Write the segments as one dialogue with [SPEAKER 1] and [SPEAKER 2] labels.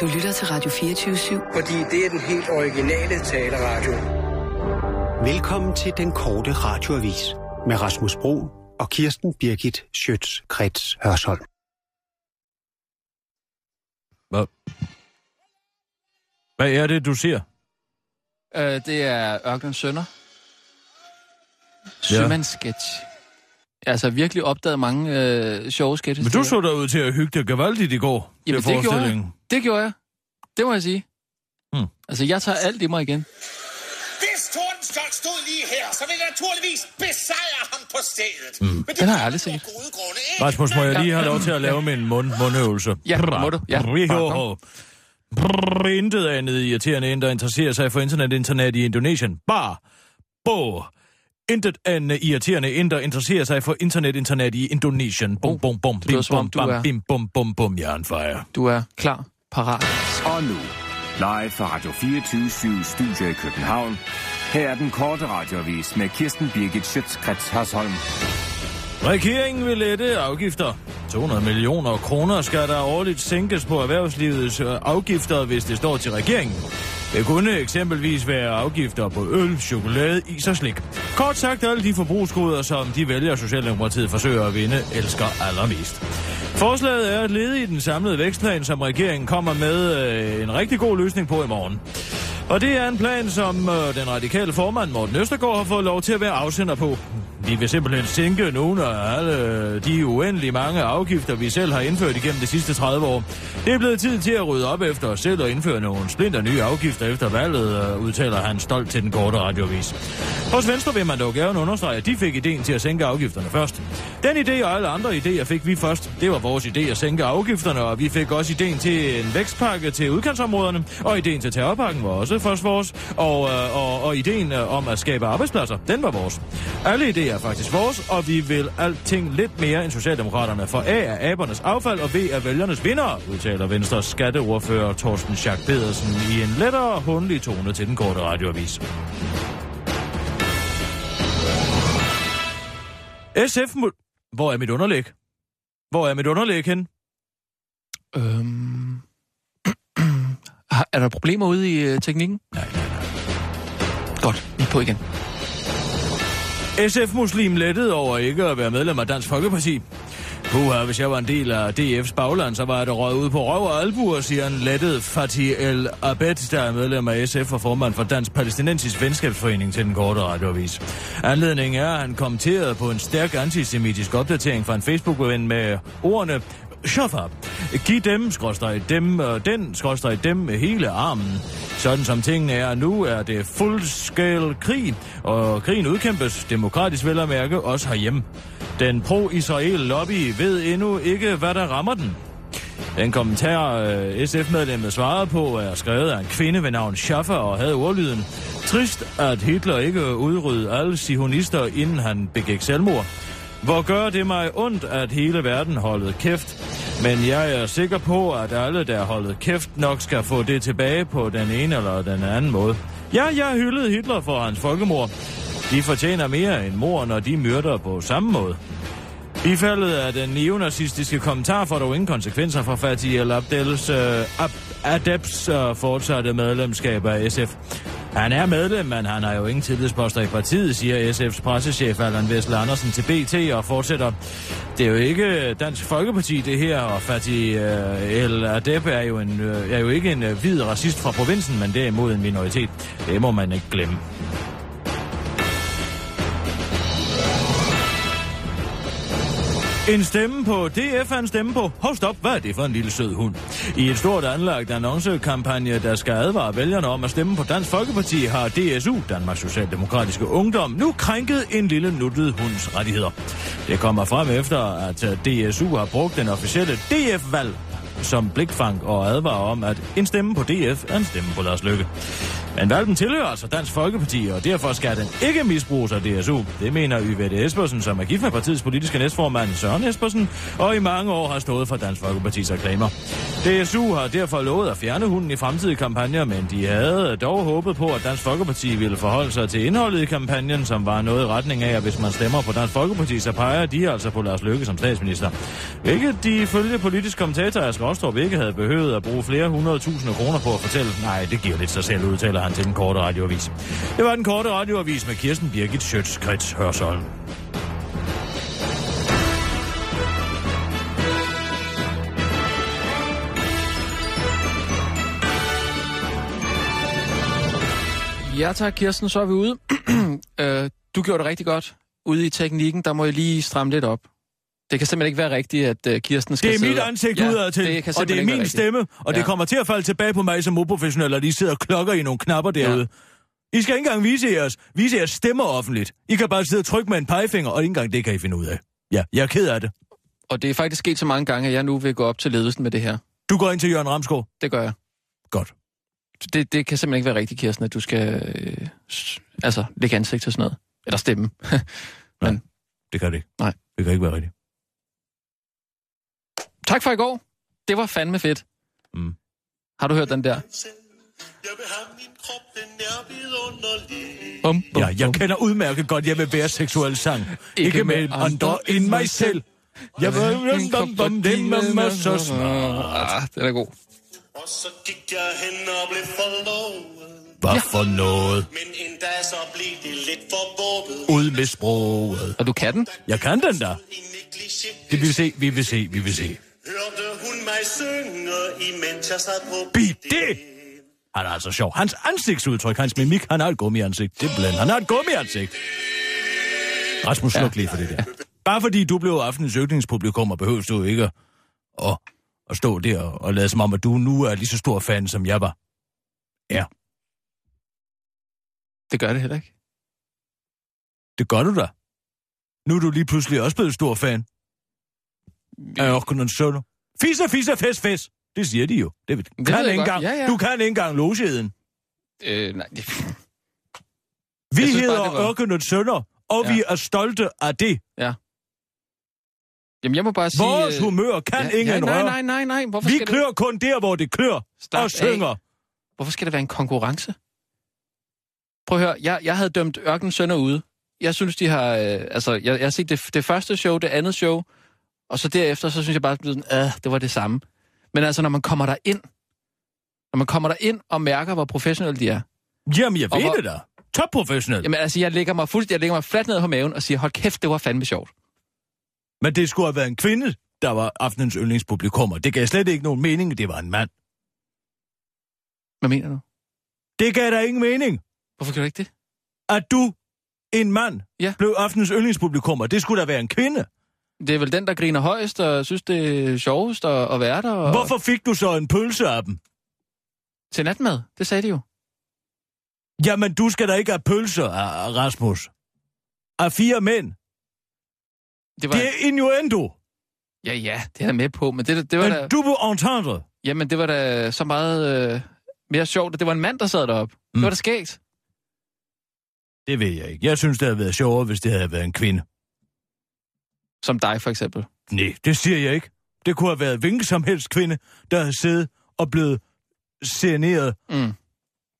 [SPEAKER 1] Du lytter til Radio 24-7.
[SPEAKER 2] Fordi det er den helt originale taleradio.
[SPEAKER 3] Velkommen til den korte radioavis med Rasmus Bro og Kirsten Birgit Schøtz-Krets Hørsholm.
[SPEAKER 4] Hvad? Hvad er det, du siger?
[SPEAKER 5] Øh, det er Ørkenens Sønder. Sømandssketch. Jeg har altså virkelig opdaget mange øh, sjove sketches.
[SPEAKER 4] Men du
[SPEAKER 5] til
[SPEAKER 4] så dig ud til at hygge dig gevaldigt i går. til
[SPEAKER 5] Jamen, det gjorde jeg.
[SPEAKER 4] forestillingen.
[SPEAKER 5] Det gjorde jeg. Det må jeg sige.
[SPEAKER 4] Hmm.
[SPEAKER 5] Altså, jeg tager alt i mig igen.
[SPEAKER 6] Hvis Tordenskjold stod lige her, så ville jeg naturligvis besejre ham på stedet. Mm. Men det
[SPEAKER 5] Den har jeg
[SPEAKER 6] kan
[SPEAKER 5] aldrig
[SPEAKER 6] jeg
[SPEAKER 5] set.
[SPEAKER 6] af Gode grunde, ikke?
[SPEAKER 4] Rasmus, må jeg lige have lov til at lave min mund, mundøvelse?
[SPEAKER 5] Ja, må du. Ja.
[SPEAKER 4] Brrr. Brrr. Intet andet irriterende end, der interesserer sig for internet-internet i Indonesien. Bar. Bo. Intet andet irriterende end, der interesserer sig for internet-internet i Indonesien. Bum, bum, bum, bim,
[SPEAKER 5] Oh, lyder, som
[SPEAKER 4] bum,
[SPEAKER 5] om du
[SPEAKER 4] bam,
[SPEAKER 5] er-
[SPEAKER 4] bim, bum, bum, bum, jernfejre.
[SPEAKER 5] Du er klar, parat.
[SPEAKER 7] Og nu, live fra Radio 24 Studio i København. Her er den korte radiovis med Kirsten Birgit Schøtzgrads Hasholm.
[SPEAKER 4] Regeringen vil lette afgifter. 200 millioner kroner skal der årligt sænkes på erhvervslivets øh, afgifter, hvis det står til regeringen. Det kunne eksempelvis være afgifter på øl, chokolade, is og slik. Kort sagt, alle de forbrugsgoder, som de vælger Socialdemokratiet forsøger at vinde, elsker allermest. Forslaget er et led i den samlede vækstplan, som regeringen kommer med øh, en rigtig god løsning på i morgen. Og det er en plan, som øh, den radikale formand Morten Østergaard har fået lov til at være afsender på. Vi vil simpelthen sænke nogle af alle øh, de uendelig mange afgifter, vi selv har indført igennem de sidste 30 år. Det er blevet tid til at rydde op efter os selv og indføre nogle splinter nye afgifter efter valget, øh, udtaler han stolt til den korte radiovis. Hos Venstre vil man dog gerne understrege, at de fik ideen til at sænke afgifterne først. Den idé og alle andre idéer fik vi først. Det var vores idé at sænke afgifterne, og vi fik også ideen til en vækstpakke til udkantsområderne, og ideen til terrorpakken var også først vores, og, øh, og, og ideen øh, om at skabe arbejdspladser, den var vores. Alle idéer er faktisk vores, og vi vil alting lidt mere end Socialdemokraterne, for A er abernes affald, og B er vælgernes vinder, udtaler Venstres skatteordfører Torsten Schack Pedersen i en lettere hundelig tone til den korte radioavis. SF må... Hvor er mit underlæg? Hvor er mit underlæg hen?
[SPEAKER 5] Øhm. Har- Er der problemer ude i øh, teknikken? Nej, nej, nej. Godt, vi er på igen.
[SPEAKER 4] SF-muslim lettet over ikke at være medlem af Dansk Folkeparti. Puha, hvis jeg var en del af DF's bagland, så var jeg der røget ud på røv og albuer, siger en lettet Fatih El Abed, der er medlem af SF og formand for Dansk Palæstinensisk Venskabsforening til den korte radioavis. Anledningen er, at han kommenterede på en stærk antisemitisk opdatering fra en Facebook-ven med ordene Shofar. Giv dem, skråstrej dem, og den, skråstrej dem, hele armen. Sådan som tingene er nu, er det fuldskæl krig, og krigen udkæmpes demokratisk vel at mærke også herhjemme. Den pro-Israel lobby ved endnu ikke, hvad der rammer den. Den kommentar, øh, SF-medlemmet svarede på, er skrevet af en kvinde ved navn Schaffer og havde ordlyden. Trist, at Hitler ikke udryddede alle sionister, inden han begik selvmord. Hvor gør det mig ondt, at hele verden holdet kæft? Men jeg er sikker på, at alle, der holdet kæft, nok skal få det tilbage på den ene eller den anden måde. Ja, jeg hyldede Hitler for hans folkemord. De fortjener mere end mor, når de myrder på samme måde. Bifaldet af den neonazistiske kommentar får dog ingen konsekvenser for Fatih El Abdels øh, ab, adepts øh, fortsatte medlemskab af SF. Han er medlem, men han har jo ingen tillidsposter i partiet, siger SF's pressechef Allan Vessel Andersen til BT og fortsætter. Det er jo ikke Dansk Folkeparti det her, og Fatih øh, El Adep er jo, en, øh, er jo ikke en øh, hvid racist fra provinsen, men derimod en minoritet. Det må man ikke glemme. En stemme på DF er en stemme på. Hov, stop, hvad er det for en lille sød hund? I et stort anlagt annoncekampagne, der skal advare vælgerne om at stemme på Dansk Folkeparti, har DSU, Danmarks Socialdemokratiske Ungdom, nu krænket en lille nuttet hunds rettigheder. Det kommer frem efter, at DSU har brugt den officielle DF-valg som blikfang og advarer om, at en stemme på DF er en stemme på Lars Løkke. Men valpen tilhører altså Dansk Folkeparti, og derfor skal den ikke misbruges af DSU. Det mener Yvette Espersen, som er gift med partiets politiske næstformand Søren Espersen, og i mange år har stået for Dansk Folkepartis reklamer. DSU har derfor lovet at fjerne hunden i fremtidige kampagner, men de havde dog håbet på, at Dansk Folkeparti ville forholde sig til indholdet i kampagnen, som var noget i retning af, at hvis man stemmer på Dansk Folkeparti, så peger de altså på Lars Løkke som statsminister. Hvilket de ifølge politisk kommentator Asger Rostrup ikke havde behøvet at bruge flere hundredtusinde kroner på at fortælle. Nej, det giver lidt sig selv, udtaler han til den korte radioavis. Det var den korte radioavis med Kirsten Birgit Schøtz-Krets Hørsholm.
[SPEAKER 5] Ja tak, Kirsten, så er vi ude. øh, du gjorde det rigtig godt. Ude i teknikken, der må jeg lige stramme lidt op. Det kan simpelthen ikke være rigtigt, at øh, Kirsten skal
[SPEAKER 4] Det er
[SPEAKER 5] sidde
[SPEAKER 4] mit
[SPEAKER 5] og-
[SPEAKER 4] ansigt
[SPEAKER 5] ja,
[SPEAKER 4] udad til,
[SPEAKER 5] kan
[SPEAKER 4] og det
[SPEAKER 5] simpelthen
[SPEAKER 4] er
[SPEAKER 5] ikke være
[SPEAKER 4] min
[SPEAKER 5] rigtigt.
[SPEAKER 4] stemme, og
[SPEAKER 5] Ja.
[SPEAKER 4] det kommer til at falde tilbage på mig som uprofessionel, og de sidder og klokker i nogle knapper derude. I skal ikke engang vise jeres, vise jeres stemmer offentligt. I kan bare sidde og trykke med en pegefinger, og ikke engang det kan I finde ud af. Ja, jeg er ked af det.
[SPEAKER 5] Og det er faktisk sket så mange gange, at jeg nu vil gå op til ledelsen med det her.
[SPEAKER 4] Du går ind til Jørgen Ramskov.
[SPEAKER 5] Det gør jeg.
[SPEAKER 4] Godt.
[SPEAKER 5] Det, det kan simpelthen ikke være rigtigt, Kirsten, at du skal øh, s- altså, lægge ansigt til sådan noget. Eller stemme.
[SPEAKER 4] Det kan det ikke.
[SPEAKER 5] Nej.
[SPEAKER 4] Det kan ikke være rigtigt.
[SPEAKER 5] tak for i går. Det var fandme fedt.
[SPEAKER 4] Mm.
[SPEAKER 5] Har du hørt den der?
[SPEAKER 8] Jeg vil have min krop, den er vidunderlig.
[SPEAKER 5] Bum, bum,
[SPEAKER 4] Ja, jeg kender udmærket godt, jeg vil være seksuel sang. Ikke med andre end mig selv. Jeg vil dum, dum, dum, dem med mig så snart.
[SPEAKER 5] Ah, den er god.
[SPEAKER 8] Og så gik jeg hen og blev forlovet.
[SPEAKER 4] Hvad for noget?
[SPEAKER 8] Men endda så blev det lidt for våbet.
[SPEAKER 4] Ud med sproget.
[SPEAKER 5] Og du kan den?
[SPEAKER 4] Jeg kan den der.
[SPEAKER 8] I negligé
[SPEAKER 4] Det vil vi se, vi vil se, vi vil se.
[SPEAKER 8] hørte hun mig synge, imens jeg sad på
[SPEAKER 4] Bid det! Han er altså sjov. Hans ansigtsudtryk, hans mimik, han har et gummiansigt. Det er blandt. Han har et gummiansigt. Rasmus, sluk lige for det der. Bare fordi du blev aftenens yndlingspublikum, og behøver du ikke at, at stå der og lade som om, at du nu er lige så stor fan, som jeg var. Ja,
[SPEAKER 5] Det gør det heller ikke.
[SPEAKER 4] det gør du da. Nu er du lige pludselig også blevet stor fan. Af Orkunen Solo. Fisse, fisse, fes, fes. Det siger de jo. Det, det
[SPEAKER 5] ved
[SPEAKER 4] kan
[SPEAKER 5] jeg
[SPEAKER 4] ikke
[SPEAKER 5] godt.
[SPEAKER 4] engang,
[SPEAKER 5] Ja, ja.
[SPEAKER 4] Du kan ikke engang logeheden.
[SPEAKER 5] Øh, nej, det-
[SPEAKER 4] Vi
[SPEAKER 5] Jeg synes bare,
[SPEAKER 4] hedder
[SPEAKER 5] det var-
[SPEAKER 4] Ørkenens Sønder, og
[SPEAKER 5] Ja.
[SPEAKER 4] ja. vi er stolte af det.
[SPEAKER 5] Jamen, jeg må bare sige...
[SPEAKER 4] Vores
[SPEAKER 5] øh,
[SPEAKER 4] humør kan ja, ingen
[SPEAKER 5] ja, nej,
[SPEAKER 4] røre.
[SPEAKER 5] nej, nej, nej. Hvorfor,
[SPEAKER 4] vi
[SPEAKER 5] skal det,
[SPEAKER 4] klør kun der, hvor det klør,
[SPEAKER 5] Slap
[SPEAKER 4] og synger.
[SPEAKER 5] hvorfor skal det være en konkurrence? Prøv at høre, jeg, jeg havde dømt Ørken Sønder ude. Jeg synes, de har... Øh, altså, jeg, jeg har set det, det første show, det andet show, og så derefter, så synes jeg bare, at øh, det var det samme. Men altså, når man kommer der ind, når man kommer der ind og mærker, hvor professionelle de er.
[SPEAKER 4] Jamen, jeg
[SPEAKER 5] Og
[SPEAKER 4] ved
[SPEAKER 5] hvor-
[SPEAKER 4] det da. Topprofessionel.
[SPEAKER 5] Jamen altså, jeg lægger mig fuldstændig, jeg lægger mig fladt ned på maven og siger, hold kæft, det var fandme sjovt.
[SPEAKER 4] Men det skulle have været en kvinde, der var aftenens yndlingspublikum, og det gav slet ikke nogen mening, det var en mand.
[SPEAKER 5] Hvad mener du?
[SPEAKER 4] Det gav da ingen mening,
[SPEAKER 5] Hvorfor gør du ikke det?
[SPEAKER 4] at du, en mand,
[SPEAKER 5] Ja.
[SPEAKER 4] ja. blev aftenens yndlingspublikum, og det skulle da være en kvinde.
[SPEAKER 5] Det er vel den, der griner højst og synes, det er sjovest at, at være der. Og...
[SPEAKER 4] Hvorfor fik du så en pølse af dem?
[SPEAKER 5] Til natmad, det sagde de jo.
[SPEAKER 4] Jamen, du skal da ikke have pølser af af Rasmus. Af fire mænd.
[SPEAKER 5] Det var,
[SPEAKER 4] Det er innuendo.
[SPEAKER 5] Ja, ja, det er jeg med på, men det, det var
[SPEAKER 4] Men
[SPEAKER 5] da,
[SPEAKER 4] du vil entendre.
[SPEAKER 5] jamen, det var da så meget øh, mere sjovt, at det var en mand, der sad deroppe. Mm. Det var da skægt.
[SPEAKER 4] Det ved jeg ikke. Jeg synes, det havde været sjovere, hvis det havde været en kvinde.
[SPEAKER 5] Som dig, for eksempel.
[SPEAKER 4] Nej, det siger jeg ikke. Det kunne have været hvilken som helst kvinde, der havde siddet og blevet sereneret
[SPEAKER 5] Mm.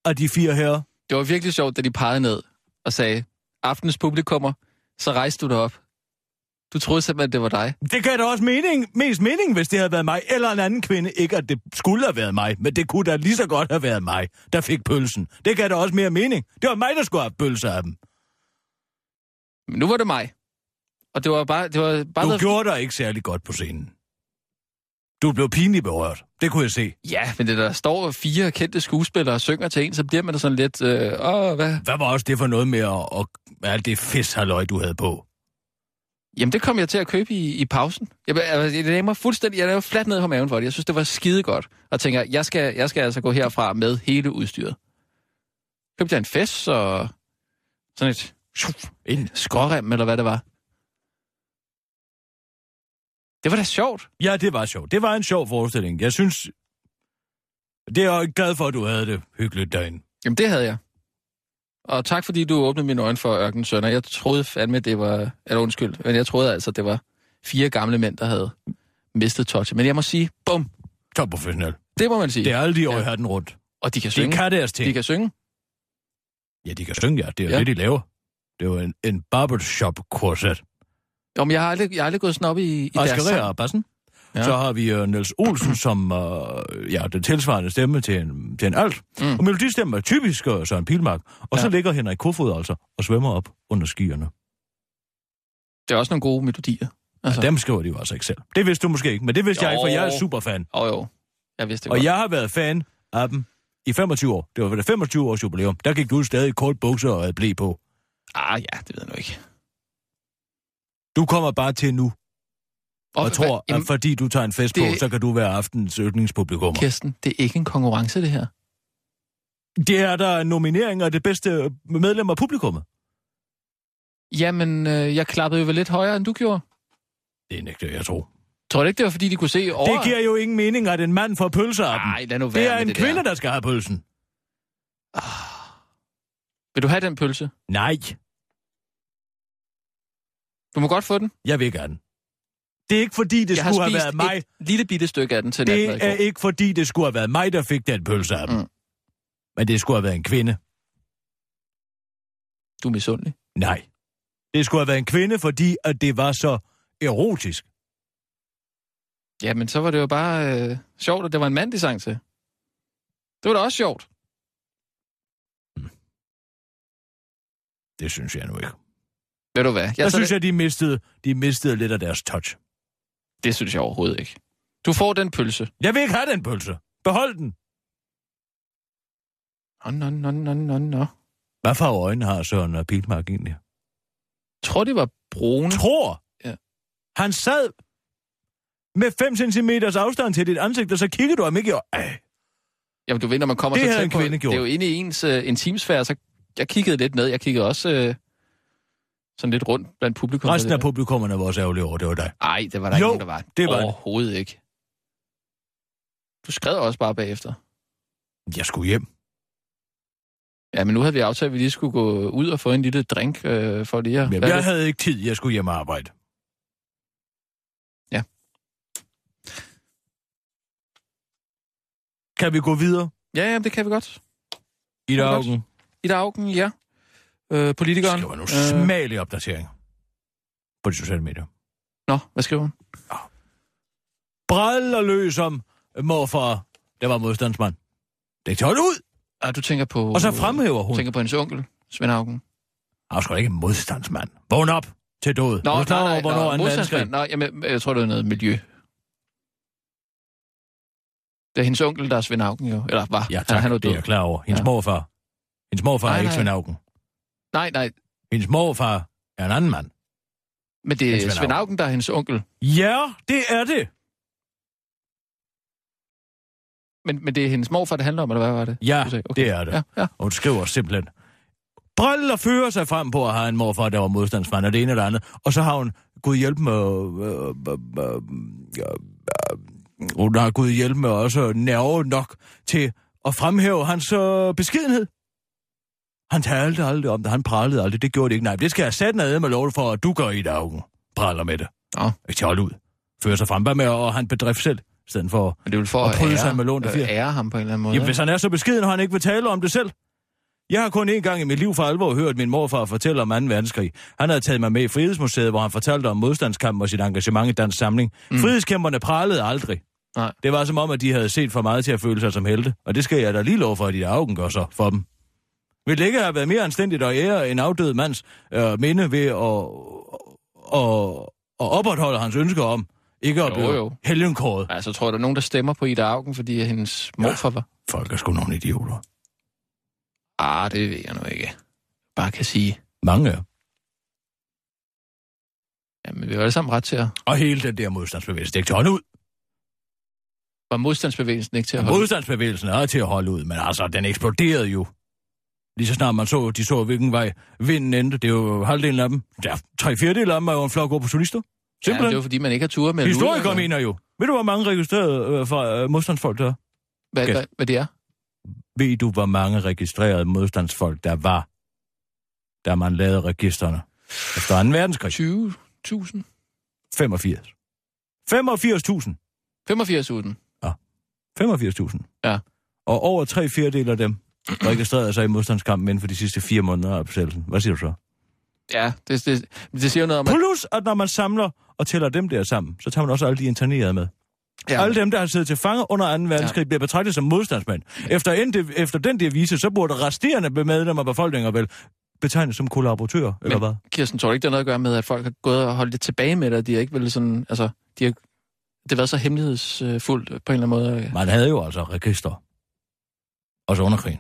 [SPEAKER 4] af de fire herrer.
[SPEAKER 5] Det var virkelig sjovt, da de pegede ned og sagde, aftens publikummer, så rejste du dig op. Du troede simpelthen, det var dig.
[SPEAKER 4] Det gav da også mening, mest mening, hvis det havde været mig eller en anden kvinde. Ikke at det skulle have været mig, men det kunne da lige så godt have været mig, der fik pølsen. Det gav da også mere mening. Det var mig, der skulle have haft pølser af dem.
[SPEAKER 5] Men nu var det mig. Og det var bare... Det var bare
[SPEAKER 4] Du
[SPEAKER 5] noget...
[SPEAKER 4] gjorde dig ikke særlig godt på scenen. Du blev pinligt berørt. Det kunne jeg se.
[SPEAKER 5] Ja, men det der står fire kendte skuespillere og synger til en, så bliver man da sådan lidt... Øh, åh, hvad?
[SPEAKER 4] Hvad var også det for noget med at, at, at alt det fisk, du havde på?
[SPEAKER 5] Jamen, det kom jeg til at købe i, i pausen. Jeg, jeg, jeg lagde mig fuldstændig, jeg lagde mig fladt ned på maven for det. Jeg synes, det var skide godt. Og tænker, jeg skal, jeg skal altså gå herfra med hele udstyret. Købte jeg en fest og sådan et
[SPEAKER 4] En
[SPEAKER 5] skrårem, eller hvad det var. Det var da sjovt.
[SPEAKER 4] Ja, det var sjovt. Det var en sjov forestilling. Jeg synes... Det er jeg glad for, at du havde det hyggeligt derinde.
[SPEAKER 5] Jamen, det havde jeg. Og tak, fordi du åbnede mine øjne for Ørken Sønder. Jeg troede fandme, det var... Eller undskyld, men jeg troede altså, det var fire gamle mænd, der havde mistet touchet. Men jeg må sige, bum,
[SPEAKER 4] Topprofessionel.
[SPEAKER 5] det må man sige.
[SPEAKER 4] Det er alle de år,
[SPEAKER 5] Ja.
[SPEAKER 4] jeg har den rundt.
[SPEAKER 5] Og de kan synge.
[SPEAKER 4] De kan deres ting.
[SPEAKER 5] de kan synge.
[SPEAKER 4] Ja, de kan synge, ja. Det er jo
[SPEAKER 5] Ja.
[SPEAKER 4] det, de laver. Det er jo en, en barbershop-korset.
[SPEAKER 5] Jo, men jeg har aldrig, jeg har aldrig gået snob i, i deres
[SPEAKER 4] Asger
[SPEAKER 5] sang.
[SPEAKER 4] Rabassen.
[SPEAKER 5] Ja.
[SPEAKER 4] Ja. Så har vi uh, Niels Olsen, som uh, ja, den tilsvarende stemme til en, til en alt.
[SPEAKER 5] Mm.
[SPEAKER 4] Mm. Og melodistemmen er typisk uh, Søren Pilmark. Og ja. så
[SPEAKER 5] Ja.
[SPEAKER 4] ligger Henrik Kofod altså og svømmer op under skierne.
[SPEAKER 5] Det er også nogle gode melodier.
[SPEAKER 4] Altså. Dem skriver de jo altså ikke selv. Det vidste du måske ikke, men det vidste jo. jeg ikke, for jeg er
[SPEAKER 5] Jo.
[SPEAKER 4] superfan.
[SPEAKER 5] Åh oh, jo, jeg vidste det
[SPEAKER 4] Og
[SPEAKER 5] godt.
[SPEAKER 4] jeg har været fan af dem i 25 år. Det var ved det 25 års jubilæum. Der gik du ud stadig i kort bukser og havde blæ på.
[SPEAKER 5] Ah ja, det ved jeg nu ikke.
[SPEAKER 4] Du kommer bare til nu, og, og tror,
[SPEAKER 5] hvad-
[SPEAKER 4] at fordi du tager en fest det...
[SPEAKER 5] det-
[SPEAKER 4] på, så kan du være aftenens yndlingspublikum.
[SPEAKER 5] Kirsten, det er ikke en konkurrence, det her.
[SPEAKER 4] Det er der nomineringer af det bedste øh, medlem af publikummet.
[SPEAKER 5] Jamen, øh, jeg klappede jo vel lidt højere, end du gjorde.
[SPEAKER 4] Det nægter jeg tro.
[SPEAKER 5] Tror du ikke, det var, fordi de kunne se over?
[SPEAKER 4] Det giver jo ingen mening, at en mand får pølser af
[SPEAKER 5] Nej,
[SPEAKER 4] den.
[SPEAKER 5] lad nu være
[SPEAKER 4] Det er
[SPEAKER 5] med
[SPEAKER 4] en
[SPEAKER 5] det
[SPEAKER 4] kvinde,
[SPEAKER 5] der. Ah.
[SPEAKER 4] der. skal have pølsen.
[SPEAKER 5] Vil du have den pølse?
[SPEAKER 4] Nej,
[SPEAKER 5] Du må godt få den.
[SPEAKER 4] jeg vil gerne. Det er ikke fordi, det
[SPEAKER 5] jeg har
[SPEAKER 4] skulle have
[SPEAKER 5] spist
[SPEAKER 4] været mig.
[SPEAKER 5] et lille bitte stykke af den til natmad i
[SPEAKER 4] Det
[SPEAKER 5] går.
[SPEAKER 4] er ikke fordi, det skulle have været mig, der fik den pølse af dem.
[SPEAKER 5] Mm.
[SPEAKER 4] Mm. Men det skulle have været en kvinde.
[SPEAKER 5] Du er misundelig.
[SPEAKER 4] Nej. Det skulle have været en kvinde, fordi at det var så erotisk.
[SPEAKER 5] Jamen, så var det jo bare øh, sjovt, at det var en mand, de sang til. Det var da også sjovt.
[SPEAKER 4] Det synes jeg nu ikke.
[SPEAKER 5] Ved du hvad? Jeg,
[SPEAKER 4] Jeg der
[SPEAKER 5] tager
[SPEAKER 4] synes
[SPEAKER 5] det,
[SPEAKER 4] jeg, de mistede, de mistede lidt af deres touch.
[SPEAKER 5] det synes jeg overhovedet ikke. Du får den pølse.
[SPEAKER 4] Jeg vil ikke have den pølse. Behold den.
[SPEAKER 5] Nå, nå, nå, nå, nå, nå.
[SPEAKER 4] Hvad for øjne har Søren og Pilmark egentlig?
[SPEAKER 5] Jeg tror, det var brune.
[SPEAKER 4] Tror.
[SPEAKER 5] Mm. Ja.
[SPEAKER 4] Han sad med 5 cm afstand til dit ansigt, og så kiggede du ham ikke. Og, øh,
[SPEAKER 5] Jamen, du ved, når man kommer
[SPEAKER 4] Det
[SPEAKER 5] så
[SPEAKER 4] havde
[SPEAKER 5] tæt
[SPEAKER 4] en
[SPEAKER 5] på...
[SPEAKER 4] kvinde gjort.
[SPEAKER 5] Det er jo inde i ens øh, intimsfære, så jeg kiggede lidt ned. Jeg kiggede også øh, sådan lidt rundt blandt publikum.
[SPEAKER 4] resten af publikummerne var også ærgerlige over, det var dig.
[SPEAKER 5] Nej, det var der jo,
[SPEAKER 4] Jo,
[SPEAKER 5] ikke nogen, der var.
[SPEAKER 4] det var det.
[SPEAKER 5] Overhovedet ikke. Du skrev også bare bagefter.
[SPEAKER 4] Jeg skulle hjem.
[SPEAKER 5] Ja, men nu havde vi aftalt, at vi lige skulle gå ud og få en lille drink øh, for lige at...
[SPEAKER 4] Jamen,
[SPEAKER 5] Hvad er
[SPEAKER 4] jeg
[SPEAKER 5] det?
[SPEAKER 4] havde ikke tid, jeg skulle hjem og arbejde.
[SPEAKER 5] Ja.
[SPEAKER 4] Kan vi gå videre
[SPEAKER 5] Ja, ja, det kan vi godt.
[SPEAKER 4] i
[SPEAKER 5] Kan vi
[SPEAKER 4] dagen?
[SPEAKER 5] I augen, ja. Øh,
[SPEAKER 4] Det
[SPEAKER 5] politikeren.
[SPEAKER 4] skal være nogle smagelige opdateringer på de sociale medier.
[SPEAKER 5] Øh, Nå, hvad skriver hun?
[SPEAKER 4] Brædler løs om morfar, der var modstandsmand. Det kan holde ud!
[SPEAKER 5] Ah, du tænker på...
[SPEAKER 4] Og så fremhæver hun.
[SPEAKER 5] Tænker på hendes onkel, Svend Augen.
[SPEAKER 4] Han var sgu da ikke en modstandsmand. Vågn op til død.
[SPEAKER 5] Nå,
[SPEAKER 4] Er du klar
[SPEAKER 5] nej,
[SPEAKER 4] over,
[SPEAKER 5] nej,
[SPEAKER 4] hvornår
[SPEAKER 5] nå,
[SPEAKER 4] anden verdenskrig-
[SPEAKER 5] modstandsmand. Nå, jamen, jeg tror, det er noget miljø. Det er hendes onkel, der er Svend Augen, jo. Eller var.
[SPEAKER 4] Ja,
[SPEAKER 5] Han,
[SPEAKER 4] tak.
[SPEAKER 5] han er jo
[SPEAKER 4] det er
[SPEAKER 5] død.
[SPEAKER 4] jeg klar over. Hendes
[SPEAKER 5] Ja.
[SPEAKER 4] ja. morfar. Hendes morfar
[SPEAKER 5] Nej,
[SPEAKER 4] er ikke
[SPEAKER 5] nej.
[SPEAKER 4] Svend Auken.
[SPEAKER 5] Nej, nej,
[SPEAKER 4] Hendes morfar er en anden mand.
[SPEAKER 5] men det
[SPEAKER 4] Det
[SPEAKER 5] er
[SPEAKER 4] er Svend
[SPEAKER 5] Svend
[SPEAKER 4] Auken.
[SPEAKER 5] Augen, der er hendes onkel.
[SPEAKER 4] Ja, det er det.
[SPEAKER 5] Men, men det er hendes morfar, det handler om, eller hvad var det?
[SPEAKER 4] Ja,
[SPEAKER 5] Du sagde,
[SPEAKER 4] det er det.
[SPEAKER 5] Ja, ja.
[SPEAKER 4] Og hun skriver simpelthen. Briller fører sig frem på at have en morfar, der var modstandsmand, og det ene eller andet. Og så har hun Gud hjælp med... Øh, øh, øh, øh, hun har Gud hjælp med også øh, nerve nok til at fremhæve hans øh, beskedenhed. Han talte aldrig om det, han prallede aldrig, det gjorde det ikke. Nej, men det skal jeg sætte ned med lov for, at du gør i dag, hun praller med det.
[SPEAKER 5] Nå.
[SPEAKER 4] Ikke holde ud. Fører sig frem med, og han bedrift selv, i stedet for...
[SPEAKER 5] Men det er vel for
[SPEAKER 4] Og
[SPEAKER 5] at
[SPEAKER 4] pryde
[SPEAKER 5] ære,
[SPEAKER 4] sig med lånte
[SPEAKER 5] øh,
[SPEAKER 4] fjer.
[SPEAKER 5] ære ham på en eller anden måde.
[SPEAKER 4] Jamen,
[SPEAKER 5] ikke?
[SPEAKER 4] hvis han er så beskeden, og han ikke vil tale om det selv. Jeg har kun én gang i mit liv for alvor hørt min morfar fortælle om 2. verdenskrig. Han havde taget mig med i Frihedsmuseet, hvor han fortalte om modstandskampen og sit engagement i Dansk Samling. Mm. Frihedskæmperne pralede aldrig.
[SPEAKER 5] Nej.
[SPEAKER 4] Det var som om, at de havde set for meget til at føle sig som helte. Og det skal jeg da lige lov for, at de augen gør så for dem. Vil det ikke have været mere anstændigt at ære en afdød mands øh, minde ved at, at, at opretholde hans ønsker om ikke at
[SPEAKER 5] Jo,
[SPEAKER 4] blive
[SPEAKER 5] jo.
[SPEAKER 4] helgenkåret?
[SPEAKER 5] Altså, tror du, der er nogen, der stemmer på Ida Augen, fordi hendes morfar var...
[SPEAKER 4] Folk er sgu nogle idioter.
[SPEAKER 5] Ah, det ved jeg nu ikke. Bare kan sige,
[SPEAKER 4] Mange er.
[SPEAKER 5] jamen, vi har alle sammen ret til at...
[SPEAKER 4] Og hele den der modstandsbevægelse, det er ikke til at holde ud.
[SPEAKER 5] Var modstandsbevægelsen ikke til at holde?
[SPEAKER 4] Modstandsbevægelsen er til at holde ud, men altså, den eksploderede jo. Lige så snart man så, de så, hvilken vej vinden endte. Det er jo halvdelen af dem. Ja, tre fjerdedel af dem er jo en flok opportunister.
[SPEAKER 5] Ja, det
[SPEAKER 4] Simpelthen.
[SPEAKER 5] var, fordi man ikke har tur med...
[SPEAKER 4] Ja, Historikere mener jo. Ved du, hvor mange registrerede øh, fra øh, modstandsfolk der er?
[SPEAKER 5] Hvad,
[SPEAKER 4] Gæt.
[SPEAKER 5] hvad, hvad det er?
[SPEAKER 4] Ved du, hvor mange registrerede modstandsfolk der var, da man lavede registerne? Efter 2. verdenskrig.
[SPEAKER 5] 20.000?
[SPEAKER 4] 85. 85.000.
[SPEAKER 5] 85.000?
[SPEAKER 4] 85.000.
[SPEAKER 5] Ja.
[SPEAKER 4] Og over tre fjerdedel af dem registrerede sig i modstandskampen inden for de sidste fire måneder af besættelsen. Hvad siger du så?
[SPEAKER 5] Ja, det, det, det siger jo noget om, at...
[SPEAKER 4] Plus, at når man samler og tæller dem der sammen, så tager man også alle de internerede med. Ja.
[SPEAKER 5] Ja,
[SPEAKER 4] Alle dem, der har siddet til fange under 2. verdenskrig, ja. bliver betragtet som modstandsmænd. Efter, en, efter den devise, så burde resterende medlemmer af befolkninger vel betegnes som kollaboratører, men... eller hvad?
[SPEAKER 5] Kirsten, tror du ikke, det har noget at gøre med, at folk har gået og holdt lidt tilbage med det, og de har ikke ville sådan, altså, de har, det har været så hemmelighedsfuldt øh, på en eller anden måde.
[SPEAKER 4] Man havde jo altså register. Også under krigen.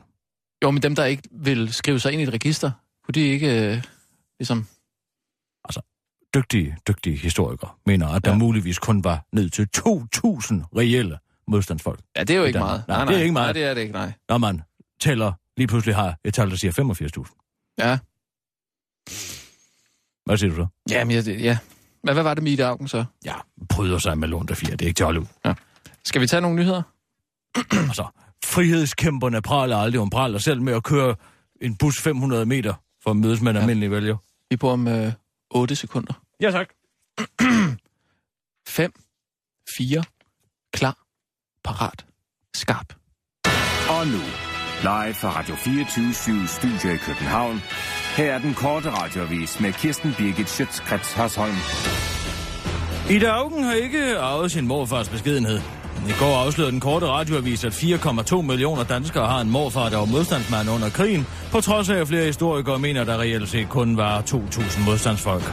[SPEAKER 5] Jo, men dem, der ikke vil skrive sig ind i et register, kunne de ikke øh, ligesom...
[SPEAKER 4] Dygtige, dygtige historikere mener, at der
[SPEAKER 5] Ja.
[SPEAKER 4] muligvis kun var ned til 2.000 reelle modstandsfolk.
[SPEAKER 5] Ja, det er jo
[SPEAKER 4] I
[SPEAKER 5] ikke
[SPEAKER 4] Danmark.
[SPEAKER 5] meget.
[SPEAKER 4] Nej, det er ikke
[SPEAKER 5] Nej,
[SPEAKER 4] meget.
[SPEAKER 5] det er det ikke, nej.
[SPEAKER 4] Når man tæller, lige pludselig har et tal, der siger 85.000.
[SPEAKER 5] Ja,
[SPEAKER 4] Hvad siger du så?
[SPEAKER 5] ja, men jeg, det, ja. Men hvad var det med Ida Augen så?
[SPEAKER 4] Ja, bryder sig med lån af fire. Det er ikke til at holde ud.
[SPEAKER 5] Skal vi tage nogle nyheder?
[SPEAKER 4] Altså, frihedskæmperne praler aldrig. Hun praler selv med at køre en bus 500 meter for at mødes med en ja. almindelig vælger.
[SPEAKER 5] Vi er på om øh, 8 sekunder.
[SPEAKER 4] Ja, tak.
[SPEAKER 5] 5, 4, klar, parat, skarp.
[SPEAKER 7] Og nu, live fra Radio 24 Studio i København. Her er den korte radiovis med Kirsten Birgit Schøtzgrads Hasholm.
[SPEAKER 4] Ida Augen har ikke arvet sin morfars beskedenhed. I går afslørede den korte radioavis, at 4,2 millioner danskere har en morfar, der var modstandsmand under krigen, på trods af, at flere historikere mener, der reelt set kun var 2.000 modstandsfolk.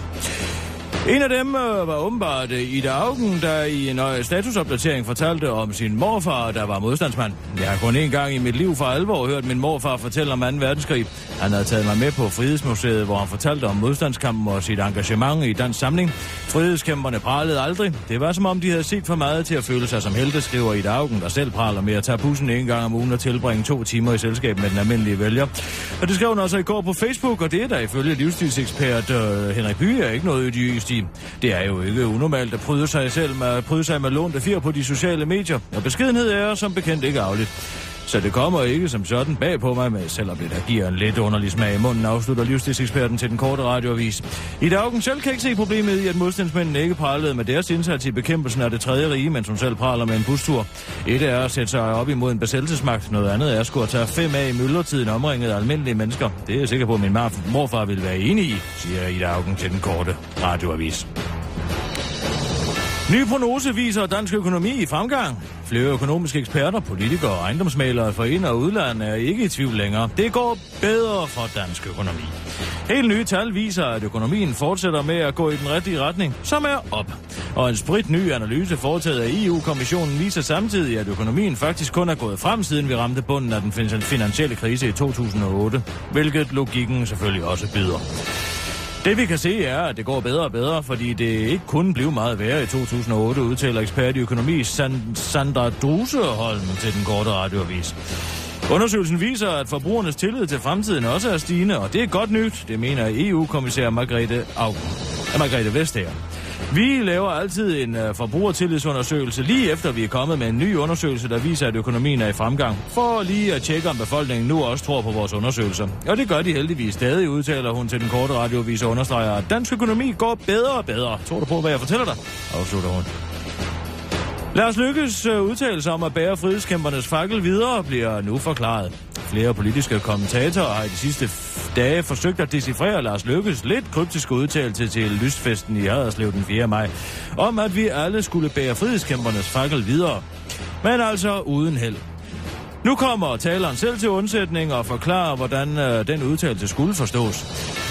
[SPEAKER 4] En af dem øh, var åbenbart øh, Ida Augen, der i en øh, statusopdatering fortalte om sin morfar, der var modstandsmand. Jeg har kun én gang i mit liv for alvor hørt min morfar fortælle om 2. verdenskrig. Han havde taget mig med på Frihedsmuseet, hvor han fortalte om modstandskampen og sit engagement i dansk samling. Frihedskæmperne pralede aldrig. Det var som om, de havde set for meget til at føle sig som helte, skriver Ida Augen, der selv praler med at tage bussen en gang om ugen og tilbringe to timer i selskab med den almindelige vælger. Og det skrev hun også i går på Facebook, og det er der ifølge livsstilsekspert øh, Henrik By er ikke noget idiotisk i. Det er jo ikke unormalt at pryde sig selv med, pryde sig med lån af fire på de sociale medier, og beskedenhed er som bekendt ikke afligt. Så det kommer ikke som sådan bag på mig, men selvom det der giver en lidt underlig smag i munden, afslutter livsstilseksperten til den korte radioavis. I Augen selv kan ikke se problemet i, at modstandsmændene ikke pralede med deres indsats i bekæmpelsen af det tredje rige, men som selv praler med en bustur. Et er at sætte sig op imod en besættelsesmagt, noget andet er at skulle at tage fem af i myldretiden omringet af almindelige mennesker. Det er jeg sikker på, at min mar- morfar vil være enig i, siger Ida Augen til den korte radioavis. Ny prognose viser dansk økonomi i fremgang. Flere økonomiske eksperter, politikere og ejendomsmalere fra ind- og udland er ikke i tvivl længere. Det går bedre for dansk økonomi. Helt nye tal viser, at økonomien fortsætter med at gå i den rigtige retning, som er op. Og en sprit ny analyse foretaget af EU-kommissionen viser samtidig, at økonomien faktisk kun er gået frem, siden vi ramte bunden af den fin- finansielle krise i 2008, hvilket logikken selvfølgelig også byder. Det vi kan se er, at det går bedre og bedre, fordi det ikke kun blev meget værre i 2008, udtaler ekspert i økonomi San- Sandra Druseholm til den korte radioavis. Undersøgelsen viser, at forbrugernes tillid til fremtiden også er stigende, og det er godt nyt, det mener EU-kommissær Margrethe, Augen, eh, Margrethe Vestager. Vi laver altid en øh, forbrugertillidsundersøgelse lige efter vi er kommet med en ny undersøgelse, der viser, at økonomien er i fremgang, for lige at tjekke, om befolkningen nu også tror på vores undersøgelser. Og det gør de heldigvis stadig, udtaler hun til den korte radiovis og understreger, at dansk økonomi går bedre og bedre. Tror du på, hvad jeg fortæller dig? Afslutter hun. Lars Lykkes øh, udtalelse om at bære frihedskæmpernes fakkel videre bliver nu forklaret. Flere politiske kommentatorer har i de sidste f- dage forsøgt at decifrere Lars Lykkes lidt kryptiske udtalelse til lystfesten i Haderslev den 4. maj, om at vi alle skulle bære frihedskæmpernes fakkel videre. Men altså uden held. Nu kommer taleren selv til undsætning og forklarer, hvordan øh, den udtalelse skulle forstås.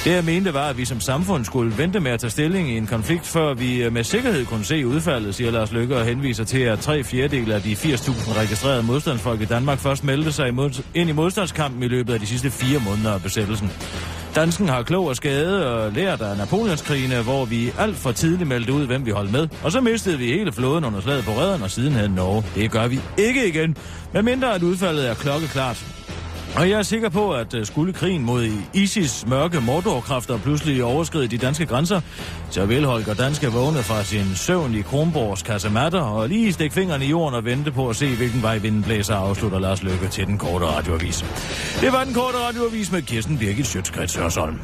[SPEAKER 4] Det jeg mente var, at vi som samfund skulle vente med at tage stilling i en konflikt, før vi øh, med sikkerhed kunne se udfaldet, siger Lars Løkke og henviser til, at tre fjerdedele af de 80.000 registrerede modstandsfolk i Danmark først meldte sig imod, ind i modstandskampen i løbet af de sidste fire måneder af besættelsen. Dansken har klog og skade og lært af Napoleonskrigene, hvor vi alt for tidligt meldte ud, hvem vi holdt med. Og så mistede vi hele flåden under slaget på redden og sidenhen Norge. Det gør vi ikke igen, medmindre at udfaldet er klokkeklart. Og jeg er sikker på, at øh, skulle krigen mod ISIS mørke mordorkræfter pludselig overskride de danske grænser, så vil Holger Danske vågne fra sin søvn i Kronborgs kasematter og lige stikke fingrene i jorden og vente på at se, hvilken vej vinden blæser, afslutter Lars Løkke til den korte radioavis. Det var den korte radioavis med Kirsten Birgit Sjøtskrets Hørsholm.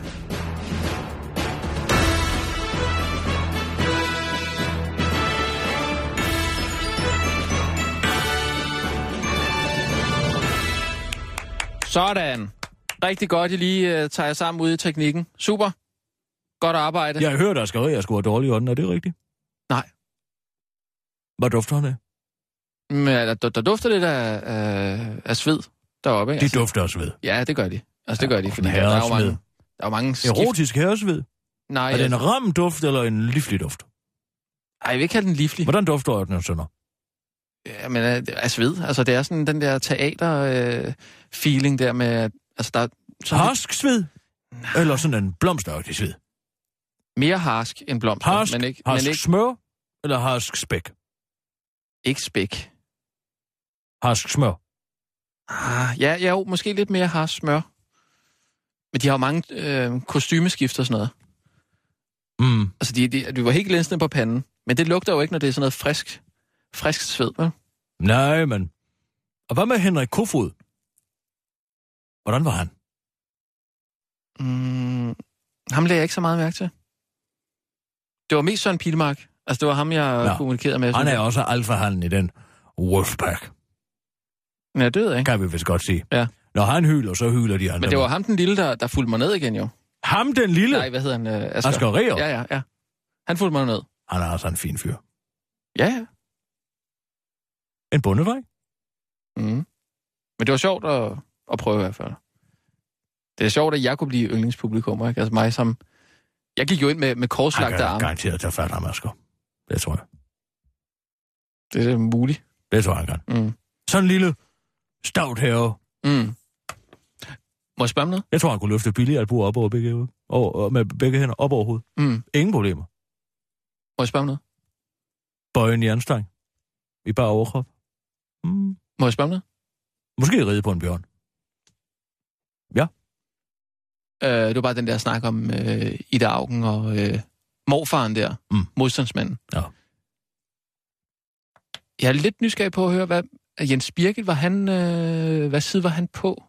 [SPEAKER 5] Sådan. Rigtig godt, I lige uh, tager jer sammen ude i teknikken. Super. Godt arbejde.
[SPEAKER 4] Jeg hørte, at skriver, skulle have dårlige ånden, er det rigtigt?
[SPEAKER 5] Nej.
[SPEAKER 4] Hvad dufter han af?
[SPEAKER 5] Men Mm, der, der, der dufter lidt af, øh, af sved deroppe, ikke?
[SPEAKER 4] De dufter os ved.
[SPEAKER 5] Ja, det gør de. Altså, det gør de, fordi der
[SPEAKER 4] herresved.
[SPEAKER 5] er jo mange, der er jo mange skift.
[SPEAKER 4] Erotisk herresved.
[SPEAKER 5] Nej,
[SPEAKER 4] Er det
[SPEAKER 5] jeg,
[SPEAKER 4] en ram duft eller en livlig duft?
[SPEAKER 5] ej, jeg vil ikke kalde den livlig.
[SPEAKER 4] Hvordan dufter den sønder?
[SPEAKER 5] Ja, men øh, det er sved. Altså, det er sådan den der teater-feeling der med... at- Altså, der er sådan lidt
[SPEAKER 4] Harsk sved? Eller sådan en blomsteragtig sved?
[SPEAKER 5] mere harsk end blomster,
[SPEAKER 4] Harsk,
[SPEAKER 5] men, ikke,
[SPEAKER 4] harsk
[SPEAKER 5] men
[SPEAKER 4] ikke...
[SPEAKER 5] ikke,
[SPEAKER 4] smør? Eller harsk spæk?
[SPEAKER 5] ikke spæk.
[SPEAKER 4] Harsk smør?
[SPEAKER 5] Ah, ja, ja, jo, måske lidt mere harsk smør. Men de har jo mange øh, kostymeskift og sådan noget.
[SPEAKER 4] Mm.
[SPEAKER 5] Altså, de, de, de var helt glænsende på panden. Men det lugter jo ikke, når det er sådan noget frisk, frisk sved, vel?
[SPEAKER 4] Nej, men... Og hvad med Henrik Kofod? Hvordan var han?
[SPEAKER 5] Mm, ham lagde jeg ikke så meget mærke til. Det var mest Søren Pilmark. Altså, det var ham, jeg
[SPEAKER 4] Nå.
[SPEAKER 5] Nå. kommunikerede med.
[SPEAKER 4] Han er også alfahanden i den Wolfpack,
[SPEAKER 5] Men jeg døde, ikke?
[SPEAKER 4] kan vi vist godt sige.
[SPEAKER 5] Ja.
[SPEAKER 4] Når han hyler, så hyler de andre.
[SPEAKER 5] Men det var ham, den lille, der, der fulgte mig ned igen, jo.
[SPEAKER 4] Ham, den lille!
[SPEAKER 5] Nej, hvad hedder han? Øh, Asger.
[SPEAKER 4] Asger Reher.
[SPEAKER 5] Ja, ja, ja. Han fulgte mig ned.
[SPEAKER 4] Han er altså en fin fyr.
[SPEAKER 5] Ja, ja.
[SPEAKER 4] En bondedreng?
[SPEAKER 5] Mm. Men det var sjovt at, at prøve i hvert fald. Det er sjovt, at jeg kunne blive yndlingspublikum, ikke? Altså mig som... Jeg gik jo ind med, med
[SPEAKER 4] Han
[SPEAKER 5] korslagte
[SPEAKER 4] kan
[SPEAKER 5] arme.
[SPEAKER 4] garanteret tage fat ham, Asger. Det tror jeg.
[SPEAKER 5] Det er da muligt.
[SPEAKER 4] Det tror jeg, han kan.
[SPEAKER 5] Mm.
[SPEAKER 4] Sådan en lille stavt herre.
[SPEAKER 5] Mm. Må jeg spørge om noget?
[SPEAKER 4] Jeg tror, han kunne løfte billige albuer op over begge, og, og med begge hænder op over hovedet.
[SPEAKER 5] Mm.
[SPEAKER 4] Ingen problemer.
[SPEAKER 5] Må jeg spørge om noget?
[SPEAKER 4] Bøje en jernstang. I bare overkrop. Mm.
[SPEAKER 5] Må jeg spørge om noget?
[SPEAKER 4] Måske ride på en bjørn.
[SPEAKER 5] Øh, det var bare den der snak om øh, Ida Augen og øh, morfaren der,
[SPEAKER 4] Mm.
[SPEAKER 5] mm. modstandsmanden.
[SPEAKER 4] Ja.
[SPEAKER 5] Jeg er lidt nysgerrig på at høre, hvad Jens Birgit, var han, øh, hvad side var han på?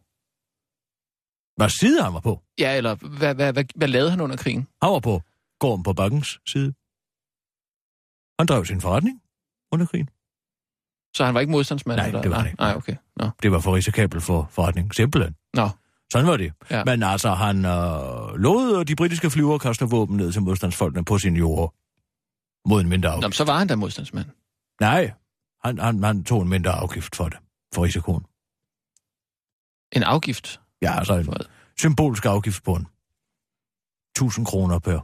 [SPEAKER 4] Hvad side han var på?
[SPEAKER 5] Ja, eller hvad, hvad, hvad, hvad lavede han under krigen?
[SPEAKER 4] Han var på gården på bakkens side. Han drev sin forretning under krigen.
[SPEAKER 5] Så han var ikke modstandsmand?
[SPEAKER 4] Nej,
[SPEAKER 5] eller?
[SPEAKER 4] det var han ikke.
[SPEAKER 5] Nej, okay. Nå.
[SPEAKER 4] Det var for risikabelt for forretningen, simpelthen.
[SPEAKER 5] Nå.
[SPEAKER 4] Sådan var det.
[SPEAKER 5] Ja.
[SPEAKER 4] Men altså, han øh, lod de britiske flyver kaste våben ned til modstandsfolkene på sin jord. Mod en mindre afgift.
[SPEAKER 5] Nå, men så var han da modstandsmand.
[SPEAKER 4] Nej, han, han, han tog en mindre afgift for det. For risikoen.
[SPEAKER 5] En afgift.
[SPEAKER 4] Ja, altså en
[SPEAKER 5] Hvad?
[SPEAKER 4] symbolsk afgift på en 1000 kroner per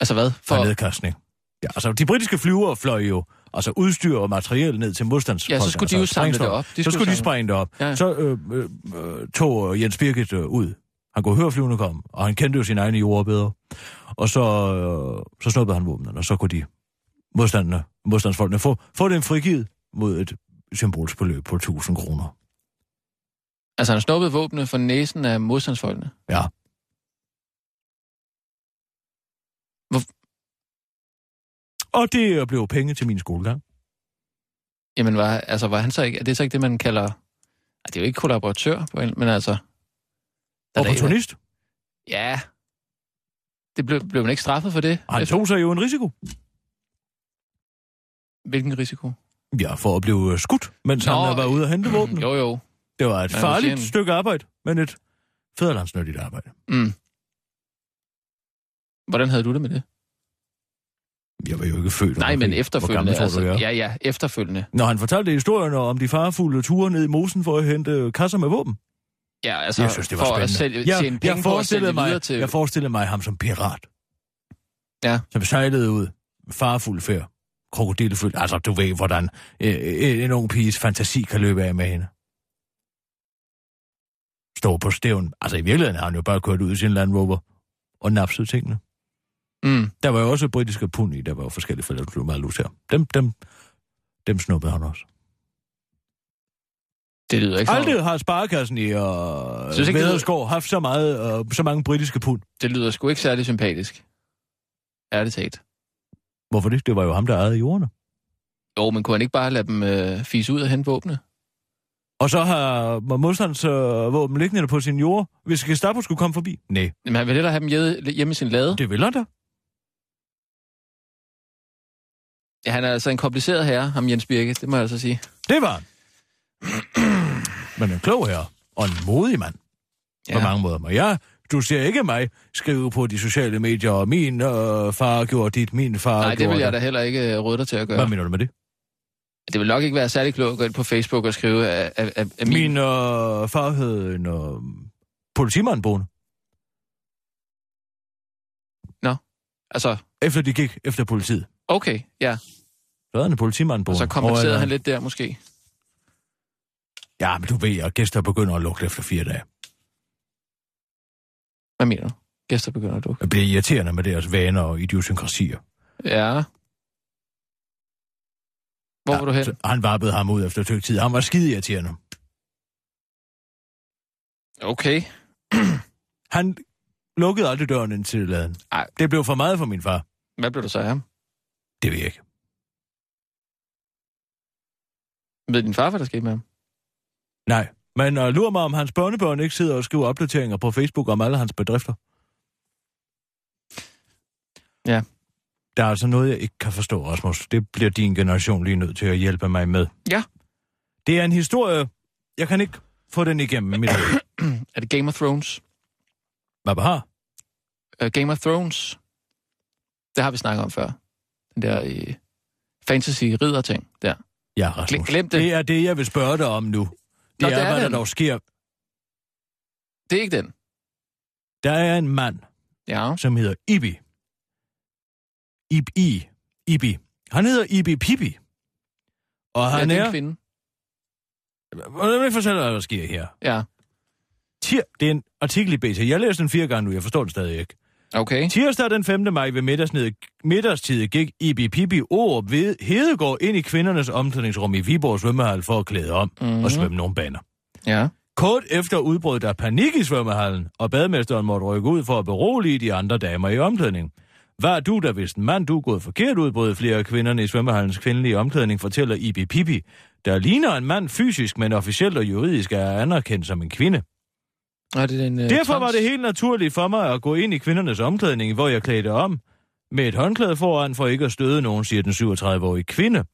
[SPEAKER 5] Altså hvad?
[SPEAKER 4] for nedkastning. Ja, altså de britiske flyvere fløj jo altså udstyr og materiel ned til modstandsfolkene.
[SPEAKER 5] Ja, så skulle de
[SPEAKER 4] altså
[SPEAKER 5] jo samle det
[SPEAKER 4] sprængstof.
[SPEAKER 5] op.
[SPEAKER 4] så skulle de
[SPEAKER 5] samle-
[SPEAKER 4] sprænge det op.
[SPEAKER 5] Ja, ja.
[SPEAKER 4] Så øh, øh, øh, tog øh, Jens Birgit øh, ud. Han kunne høre flyvende komme, og han kendte jo sin egen jord bedre. Og så, øh, så snuppede han våbnene, og så kunne de modstanderne, modstandsfolkene få, få den frigivet mod et symbolsk beløb på 1000 kroner.
[SPEAKER 5] Altså han snuppede våbne for næsen af modstandsfolkene.
[SPEAKER 4] Ja.
[SPEAKER 5] Hvor...
[SPEAKER 4] Og det øh, blev penge til min skolegang.
[SPEAKER 5] Jamen, var, altså, var han så ikke, er det så ikke det, man kalder... Ej, det er jo ikke kollaboratør, på en, men altså... der er da-
[SPEAKER 4] Opportunist.
[SPEAKER 5] Ja. Det blev, blev man ikke straffet for det?
[SPEAKER 4] Og Han
[SPEAKER 5] Efter-
[SPEAKER 4] tog sig jo en risiko.
[SPEAKER 5] Hvilken risiko?
[SPEAKER 4] Ja, for at blive øh, skudt, mens Nå,
[SPEAKER 5] Nå,
[SPEAKER 4] han øh, var ude at hente våben.
[SPEAKER 5] Jo, jo.
[SPEAKER 4] Det var et
[SPEAKER 5] Ja,
[SPEAKER 4] farligt
[SPEAKER 5] det siger han.
[SPEAKER 4] stykke arbejde, men et fædrelandsnyttigt arbejde.
[SPEAKER 5] Mm. Hvordan havde du det med det?
[SPEAKER 4] Jeg var jo ikke født.
[SPEAKER 5] Nej,
[SPEAKER 4] under
[SPEAKER 5] men
[SPEAKER 4] krigen. Hvor
[SPEAKER 5] efterfølgende. altså,
[SPEAKER 4] gammel tror du, jeg er?
[SPEAKER 5] ja, ja, efterfølgende.
[SPEAKER 4] Når han fortalte historien om de farefulde ture ned i mosen for at hente kasser med våben.
[SPEAKER 5] Ja, altså,
[SPEAKER 4] Så jeg synes, det var
[SPEAKER 5] for
[SPEAKER 4] spændende.
[SPEAKER 5] at sælge,
[SPEAKER 4] jeg,
[SPEAKER 5] tjene penge
[SPEAKER 4] jeg
[SPEAKER 5] på at sælge
[SPEAKER 4] forestillede
[SPEAKER 5] det videre
[SPEAKER 4] mig,
[SPEAKER 5] til...
[SPEAKER 4] Jeg forestillede mig ham som pirat.
[SPEAKER 5] Ja.
[SPEAKER 4] Som sejlede ud. Farefuld færd. Krokodillefyldt. Altså, du ved, hvordan øh, øh, en ung piges fantasi kan løbe af med hende. Stå på stævn. Altså, i virkeligheden har han jo bare kørt ud i sin Land Rover og napset tingene.
[SPEAKER 5] Mm.
[SPEAKER 4] Der var jo også britiske pund i, der var jo forskellige for der blev meget lus her. Dem, dem, dem snuppede han også.
[SPEAKER 5] Det lyder ikke som,
[SPEAKER 4] Aldrig har sparekassen i og
[SPEAKER 5] Synes
[SPEAKER 4] Synes
[SPEAKER 5] ikke, det lyder-
[SPEAKER 4] haft så, meget, øh, så mange britiske pund.
[SPEAKER 5] det lyder sgu ikke særlig sympatisk. Ærligt talt.
[SPEAKER 4] Hvorfor det? Det var jo ham, der ejede jordene.
[SPEAKER 5] Jo, men kunne han ikke bare lade dem øh, fise ud og hente våbne?
[SPEAKER 4] Og så har modstandsvåben liggende på sin jord, hvis Gestapo skulle komme forbi. Nej,
[SPEAKER 5] Jamen, han vil hellere have dem jede- hjemme i sin lade.
[SPEAKER 4] det vil han da.
[SPEAKER 5] Ja, han er altså en kompliceret herre, ham Jens Birke, det må jeg altså sige.
[SPEAKER 4] Det var han. Men en klog herre og en modig mand ja. på mange måder. Men jeg, du ser ikke mig skrive på de sociale medier, og min øh, far gjorde dit, min far
[SPEAKER 5] Nej, det
[SPEAKER 4] gjorde
[SPEAKER 5] vil jeg da heller ikke øh, råde dig til at gøre.
[SPEAKER 4] Hvad mener du med det?
[SPEAKER 5] Det vil nok ikke være særlig klogt at gå ind på Facebook og skrive, at, at, at, at min...
[SPEAKER 4] Min øh, far hed en øh, politimand boende,
[SPEAKER 5] Altså,
[SPEAKER 4] efter de gik efter politiet.
[SPEAKER 5] okay, ja.
[SPEAKER 4] Så havde han en politimand boende.
[SPEAKER 5] Så kompenserede
[SPEAKER 4] Og,
[SPEAKER 5] han
[SPEAKER 4] øh,
[SPEAKER 5] lidt der måske.
[SPEAKER 4] Ja, men du ved, at gæster begynder at lugte efter fire dage.
[SPEAKER 5] Hvad mener du? Gæster begynder at dukke.
[SPEAKER 4] Det bliver irriterende med deres vaner og idiosynkrasier.
[SPEAKER 5] Ja. Hvor ja, var du hen?
[SPEAKER 4] så Han vappede ham ud efter et stykke tid. Han var skide irriterende.
[SPEAKER 5] Okay.
[SPEAKER 4] Han lukkede aldrig døren ind til laden.
[SPEAKER 5] Ej.
[SPEAKER 4] Det blev for meget for min far.
[SPEAKER 5] Hvad blev du så af ham?
[SPEAKER 4] Det ved jeg ikke.
[SPEAKER 5] Ved din far, hvad der skete med ham?
[SPEAKER 4] Nej. Men uh, lurer mig, om hans børnebørn ikke sidder og skriver opdateringer på Facebook om alle hans bedrifter.
[SPEAKER 5] Ja.
[SPEAKER 4] Der er altså noget, jeg ikke kan forstå, Rasmus. Det bliver din generation lige nødt til at hjælpe mig med.
[SPEAKER 5] Ja.
[SPEAKER 4] Det er en historie, jeg kan ikke få den igennem mit hoved.
[SPEAKER 5] Er det Game of Thrones?
[SPEAKER 4] Hvad har?
[SPEAKER 5] Uh, Game of Thrones. Det har vi snakket om før. Den der uh, fantasy-ridder-ting der.
[SPEAKER 4] Ja, Rasmus.
[SPEAKER 5] Glem, glem det.
[SPEAKER 4] Det er det, jeg vil spørge dig om nu. Det Nå, er,
[SPEAKER 5] det er
[SPEAKER 4] hvad der
[SPEAKER 5] den.
[SPEAKER 4] dog sker.
[SPEAKER 5] Det er ikke den.
[SPEAKER 4] Der er en mand,
[SPEAKER 5] Ja.
[SPEAKER 4] som hedder Ibi. Ibi. Ibi. Han hedder Ibi Pibi. Og han
[SPEAKER 5] ja, det
[SPEAKER 4] er...
[SPEAKER 5] er en kvinde.
[SPEAKER 4] Hvordan vil jeg fortælle dig, hvad der sker her?
[SPEAKER 5] Ja.
[SPEAKER 4] Tir... Det er en artikel i BT. Jeg læser den fire gange nu, jeg forstår den stadig ikke.
[SPEAKER 5] Okay.
[SPEAKER 4] Tirsdag den 5. maj ved middagsnede, middagstid gik Ibi Pibi Orup ved Hedegaard ind i kvindernes omklædningsrum i Viborg Svømmehal for at klæde om mm-hmm. og svømme nogle baner.
[SPEAKER 5] Ja.
[SPEAKER 4] Kort efter udbrød der panik i svømmehallen, og badmesteren måtte rykke ud for at berolige de andre damer i omklædningen. Var du der, hvis en mand du er gået forkert udbrød flere af kvinderne i svømmehallens kvindelige omklædning, fortæller Ibi Pibi, der ligner en mand fysisk, men officielt og juridisk er anerkendt som en kvinde.
[SPEAKER 5] Og er det en, uh,
[SPEAKER 4] Derfor var det helt naturligt for mig at gå ind i kvindernes omklædning, hvor jeg klædte om med et håndklæde foran for ikke at støde nogen, siger den 37-årige kvinde.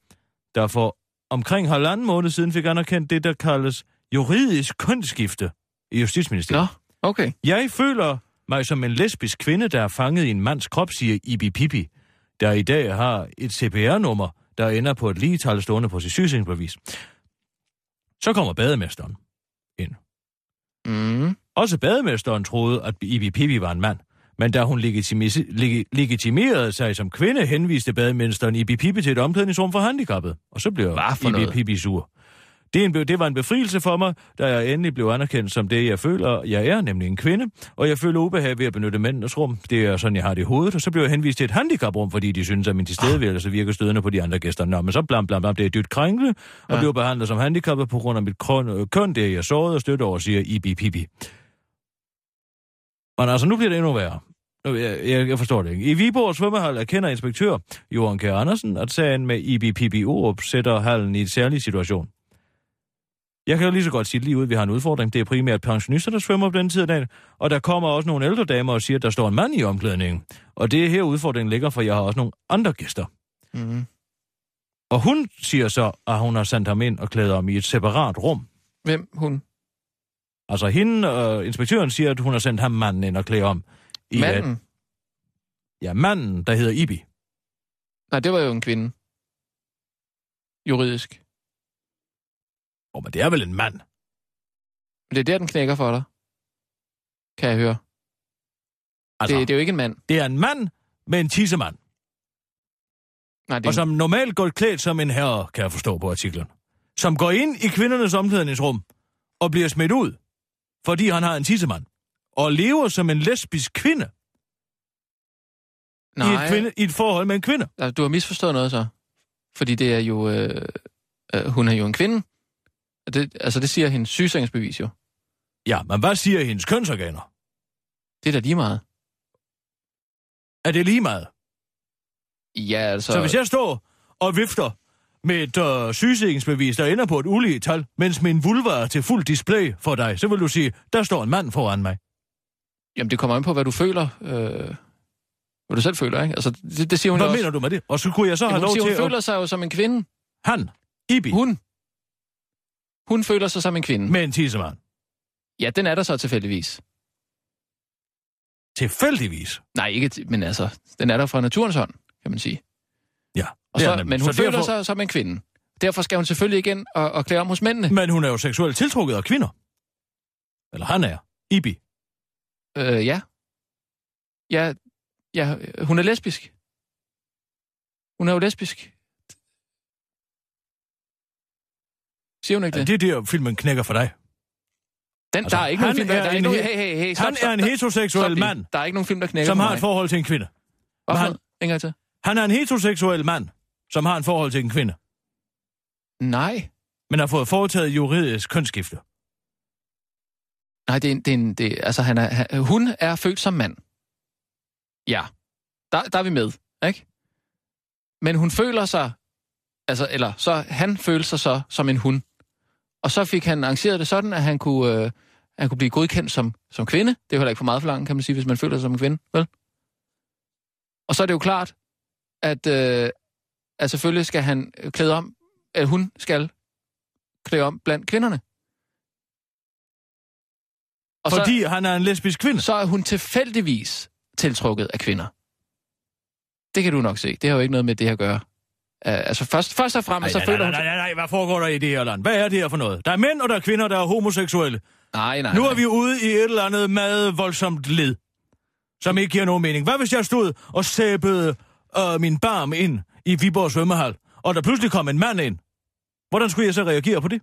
[SPEAKER 4] Der for omkring halvanden måned siden fik anerkendt det, der kaldes juridisk kønsskifte i Justitsministeriet.
[SPEAKER 5] Nå, okay.
[SPEAKER 4] Jeg føler mig som en lesbisk kvinde, der er fanget i en mands krop, siger Ibi Pibi, der i dag har et CPR-nummer, der ender på et ligetal stående på sit sygesikringsbevis. Så kommer bademesteren ind.
[SPEAKER 5] Mm.
[SPEAKER 4] Også bademesteren troede, at Ibi Pibi var en mand. Men da hun legitimis- legi- legitimerede sig som kvinde, henviste bademesteren Ibi Pibi til et omklædningsrum for handicappet. Og så blev
[SPEAKER 5] Hvad for
[SPEAKER 4] Ibi
[SPEAKER 5] noget?
[SPEAKER 4] Pibi sur. Det, er en, be- det var en befrielse for mig, da jeg endelig blev anerkendt som det, jeg føler, jeg er, nemlig en kvinde. Og jeg føler ubehag ved at benytte mændenes rum. Det er sådan, jeg har det i hovedet. Og så blev jeg henvist til et handicaprum, fordi de synes, at min tilstedeværelse virker stødende på de andre gæster. Nå, men så blam, blam, blam, det er dybt krænkende. Og ja. blev behandlet som handicappet på grund af mit krøn, øh, køn, det er jeg såret og støtte over, siger Ibi Pibi. Men altså, nu bliver det endnu værre. Nu- Jeg, jeg, jeg forstår det ikke. I Viborg svømmehal erkender inspektør Johan Kjær Andersen, at sagen med IBPB Orup sætter hallen i en særlig situation. Jeg kan jo lige så godt sige det lige ud, at vi har en udfordring. Det er primært pensionister, der svømmer på den tid af dagen, og der kommer også nogle ældre damer og siger, at der står en mand i omklædningen. Og det er her udfordringen ligger, for jeg har også nogle andre gæster.
[SPEAKER 5] Mm.
[SPEAKER 4] Og hun siger så, at hun har sendt ham ind og klæder om i et separat rum.
[SPEAKER 5] Hvem hun?
[SPEAKER 4] Altså hende, øh, inspektøren siger, at hun har sendt ham manden ind og klæder om. I, et-
[SPEAKER 5] Manden?
[SPEAKER 4] Ja, manden, der hedder Ibi.
[SPEAKER 5] Nej, det var jo en kvinde. Juridisk.
[SPEAKER 4] Åh, men det er vel en mand.
[SPEAKER 5] Men det er der, den knækker for dig. Kan jeg høre.
[SPEAKER 4] Altså,
[SPEAKER 5] Altså.
[SPEAKER 4] det,
[SPEAKER 5] Det, det
[SPEAKER 4] det...
[SPEAKER 5] er jo ikke en mand.
[SPEAKER 4] det er en mand med en tissemand,
[SPEAKER 5] Nej, det er
[SPEAKER 4] og
[SPEAKER 5] en...
[SPEAKER 4] som normalt går klædt som en herre, kan jeg forstå på artiklen. Som går ind i kvindernes omklædningsrum og bliver smidt ud, fordi han har en tissemand. Og lever som en lesbisk kvinde i,
[SPEAKER 5] Nej,
[SPEAKER 4] et kvinde i et forhold med en kvinde.
[SPEAKER 5] altså, du har misforstået noget så. Fordi det er jo... Øh, øh, hun er jo en kvinde. Det, altså, det siger hendes sygesikringsbevis jo.
[SPEAKER 4] Ja, men hvad siger hendes kønsorganer?
[SPEAKER 5] Det er da lige meget.
[SPEAKER 4] Er det lige meget?
[SPEAKER 5] Ja, altså...
[SPEAKER 4] Så, så hvis jeg står og vifter med et øh, sygesikringsbevis, der ender på et ulige tal, mens min vulva er til fuld display for dig, så vil du sige, der står en mand foran mig.
[SPEAKER 5] Jamen, det kommer an på, hvad du føler. Øh, hvad du selv føler, ikke? Altså, det, det siger hun
[SPEAKER 4] Hvad
[SPEAKER 5] jo også.
[SPEAKER 4] mener du med det? Og så kunne jeg så have
[SPEAKER 5] Jamen, hun
[SPEAKER 4] lov
[SPEAKER 5] siger,
[SPEAKER 4] til
[SPEAKER 5] hun
[SPEAKER 4] at...
[SPEAKER 5] føler sig jo som en kvinde.
[SPEAKER 4] Han, Ibi, Hun...
[SPEAKER 5] Hun. Hun føler sig som en kvinde. Men...
[SPEAKER 4] med en tissemand.
[SPEAKER 5] Ja, den er der så tilfældigvis.
[SPEAKER 4] Tilfældigvis.
[SPEAKER 5] Nej, ikke, t- men altså, den er der fra naturens hånd, kan man sige.
[SPEAKER 4] Ja,
[SPEAKER 5] Og
[SPEAKER 4] det er
[SPEAKER 5] så,
[SPEAKER 4] den nemlig.
[SPEAKER 5] men hun
[SPEAKER 4] Så
[SPEAKER 5] så føler
[SPEAKER 4] derfor-
[SPEAKER 5] derfor... sig som en kvinde. Derfor skal hun selvfølgelig igen og, og klæde om hos mændene.
[SPEAKER 4] Men hun er jo seksuelt tiltrukket af kvinder. Eller han er. Ibi.
[SPEAKER 5] Øh, ja. ja. Ja, hun er lesbisk. Hun er jo lesbisk. Siger hun ikke
[SPEAKER 4] Ja.
[SPEAKER 5] det?
[SPEAKER 4] Det er der, filmen knækker for dig.
[SPEAKER 5] Den,
[SPEAKER 4] altså,
[SPEAKER 5] altså, der er ikke nogen
[SPEAKER 4] han
[SPEAKER 5] film, der,
[SPEAKER 4] er
[SPEAKER 5] der er
[SPEAKER 4] en
[SPEAKER 5] ikke nogen...
[SPEAKER 4] he-
[SPEAKER 5] Hey, hey, hey, stop,
[SPEAKER 4] Han
[SPEAKER 5] stop,
[SPEAKER 4] er en
[SPEAKER 5] stop,
[SPEAKER 4] heteroseksuel
[SPEAKER 5] stop lige.
[SPEAKER 4] mand,
[SPEAKER 5] Der er ikke nogen film, der knækker
[SPEAKER 4] som
[SPEAKER 5] for
[SPEAKER 4] har
[SPEAKER 5] mig.
[SPEAKER 4] et forhold til en kvinde.
[SPEAKER 5] Hvorfor?
[SPEAKER 4] han-
[SPEAKER 5] En gang til.
[SPEAKER 4] Han er en heteroseksuel mand, som har et forhold til en kvinde,
[SPEAKER 5] Nej.
[SPEAKER 4] men har fået foretaget juridisk kønsskifte.
[SPEAKER 5] Nej, det er, en- det er, en- det, altså, han er, han, hun er født som mand. Ja, der, der er vi med, ikke? Men hun føler sig, altså, eller så han følte sig så som en hun. Og så fik han arrangeret det sådan, at han kunne, øh, han kunne blive godkendt som, som kvinde. Det er jo heller ikke for meget for langt, kan man sige, hvis man føler sig som en kvinde, vel? Og så er det jo klart, at, øh, at selvfølgelig skal han øh, klæde om, at hun skal klæde om blandt kvinderne.
[SPEAKER 4] Og fordi så... han er en lesbisk kvinde.
[SPEAKER 5] så er hun tilfældigvis tiltrukket af kvinder. Det kan du nok se. Det har jo ikke noget med det at gøre. Uh, altså først, først og fremmest, så
[SPEAKER 4] nej,
[SPEAKER 5] føler
[SPEAKER 4] nej,
[SPEAKER 5] hun...
[SPEAKER 4] nej, nej, nej, hvad foregår der i det her land? Hvad er det her for noget? Der er mænd, og der er kvinder, der er homoseksuelle.
[SPEAKER 5] Nej, nej,
[SPEAKER 4] Nu er
[SPEAKER 5] nej.
[SPEAKER 4] vi ude i et eller andet meget voldsomt led, som ikke giver nogen mening. Hvad hvis jeg stod og sæbede øh, min barm ind i Viborg svømmehal, og der pludselig kom en mand ind? Hvordan skulle jeg så reagere på det?